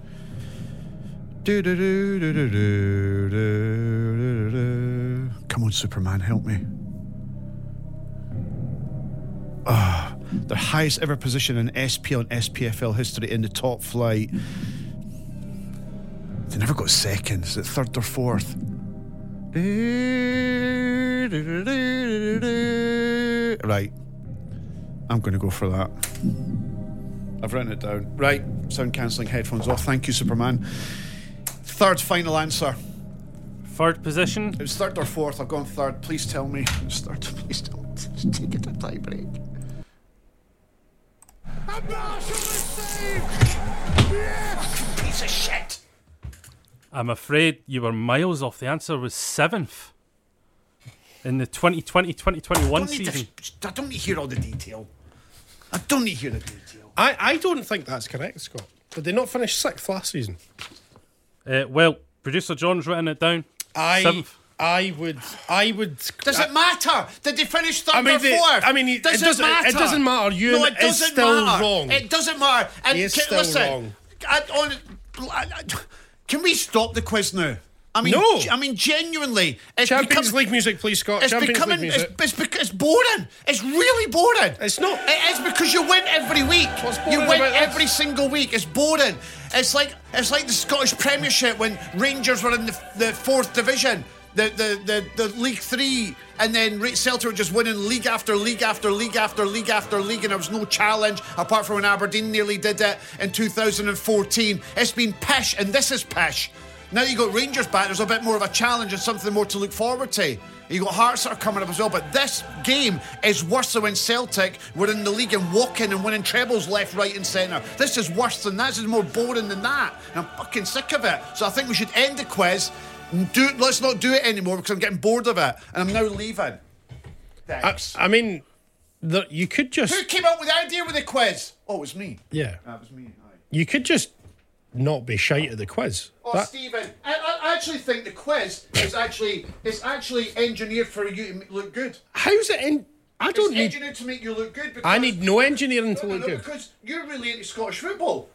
C: Do-do-do-do-do-do-do-do-do. Come on, Superman, help me. Ah, their highest ever position in SPL and SPFL history in the top flight. They never got seconds, at third or fourth. Do-do-do-do-do-do. Right. I'm going to go for that. I've written it down. Right, sound cancelling headphones off. Thank you, Superman. Third final answer.
I: Third position.
C: It was third or fourth. I've gone third. Please tell me. It was third. Please tell me. Just Take it to tiebreak.
A: Piece of shit.
I: I'm afraid you were miles off. The answer was seventh in the 2020-2021
C: Don't need
I: season.
C: this- I don't need to hear all the detail. I don't need to hear the detail.
B: I, I don't think that's correct, Scott. Did they not finish sixth last season?
I: Uh, well, producer John's written it down.
B: I
I: Seventh.
B: I would I would uh,
C: Does it matter? Did they finish third
B: I mean,
C: or
B: they-
C: fourth?
B: I mean, it-
C: does
B: it doesn't- it doesn't matter. Ewan
C: no, it
B: is
C: doesn't
B: still
C: matter.
B: wrong.
C: It doesn't matter. And
B: He is
C: can,
B: still
C: listen,
B: wrong.
C: I, on, I, I- can we stop the quiz now? I mean,
B: No.
C: ge- I mean, genuinely, it's
B: Champions
C: become-
B: League music, please, Scott.
C: It's
B: Champions
C: becoming.
B: League
C: It's,
B: music.
C: it's, bec- it's boring. It's really boring.
B: It's not.
C: It is because you win every week.
B: What's
C: you
B: boring
C: win
B: about this?
C: every single week. It's boring. It's like it's like the Scottish Premiership when Rangers were in the, the fourth division, the the, the the League Three, and then Ra- Celtic were just winning league after league after league after league after league, and there was no challenge apart from when Aberdeen nearly did it in 2014. It's been pish, and this is pish. Now you got Rangers back. There's a bit more of a challenge and something more to look forward to. You got Hearts that are coming up as well, but this game is worse than when Celtic were in the league and walking and winning trebles left, right, and centre. This is worse than that. This is more boring than that, and I'm fucking sick of it. So I think we should end the quiz. And do let's not do it anymore because I'm getting bored of it, and I'm now leaving.
B: I,
C: Thanks.
B: I mean, the, you could
C: Uh, Who
B: just
C: came up with the idea with the quiz? Oh, it was me.
B: yeah,
C: That was me. Aye.
B: you could just not be shite at the quiz.
C: Oh,
B: That-
C: Stephen, I, I actually think the quiz is actually it's actually engineered for you to m- look good.
B: how's it in? I
C: It's
B: don't need.
C: engineered to make you look good. Because,
B: I need no engineering to
C: no, no,
B: look
C: no,
B: good.
C: because you're really into Scottish football.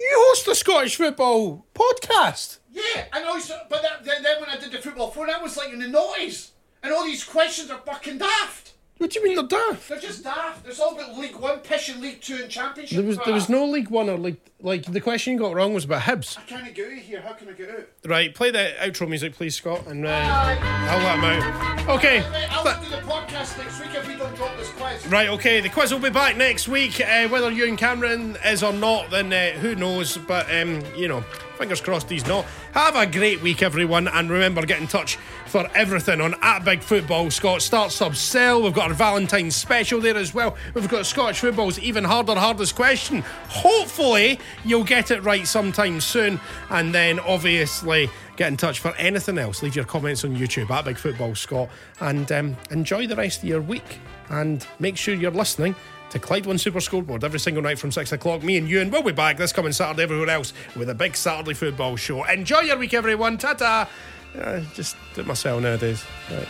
B: You host the Scottish football podcast.
C: Yeah, and also, but that, then, then when I did the football phone, I was like in the noise, and all these questions are fucking daft.
B: What do you mean they're daft?
C: They're just daft. It's all about League One, pish, and League Two, and Championship.
B: There was there was
C: crap.
B: no League One or League like the question you got wrong was about Hibs.
C: I can't get out of here. How can I get out?
B: Right, play the outro music, please, Scott, and uh,
C: Aye.
B: I'll let him out. Okay.
C: Mate, I'll
B: th-
C: do the podcast next week if we don't drop this quiz.
B: Right, okay, the quiz will be back next week. Uh, whether you and Cameron is or not, then uh, who knows? But, um, you know, fingers crossed he's not. Have a great week, everyone, and remember, get in touch for everything on at Big Football. Scott, start, sub, sell. We've got our Valentine's special there as well. We've got Scottish football's even harder, hardest question. Hopefully, you'll get it right sometime soon. And then, obviously, get in touch for anything else. Leave your comments on YouTube at Big Football Scott, and um, enjoy the rest of your week and make sure you're listening to Clyde One Super Scoreboard every single night from six o'clock. Me and Ewan will be back this coming Saturday everywhere else with a big Uh, Saturday football show. Enjoy your week, everyone. Ta ta. just do it myself nowadays. Right.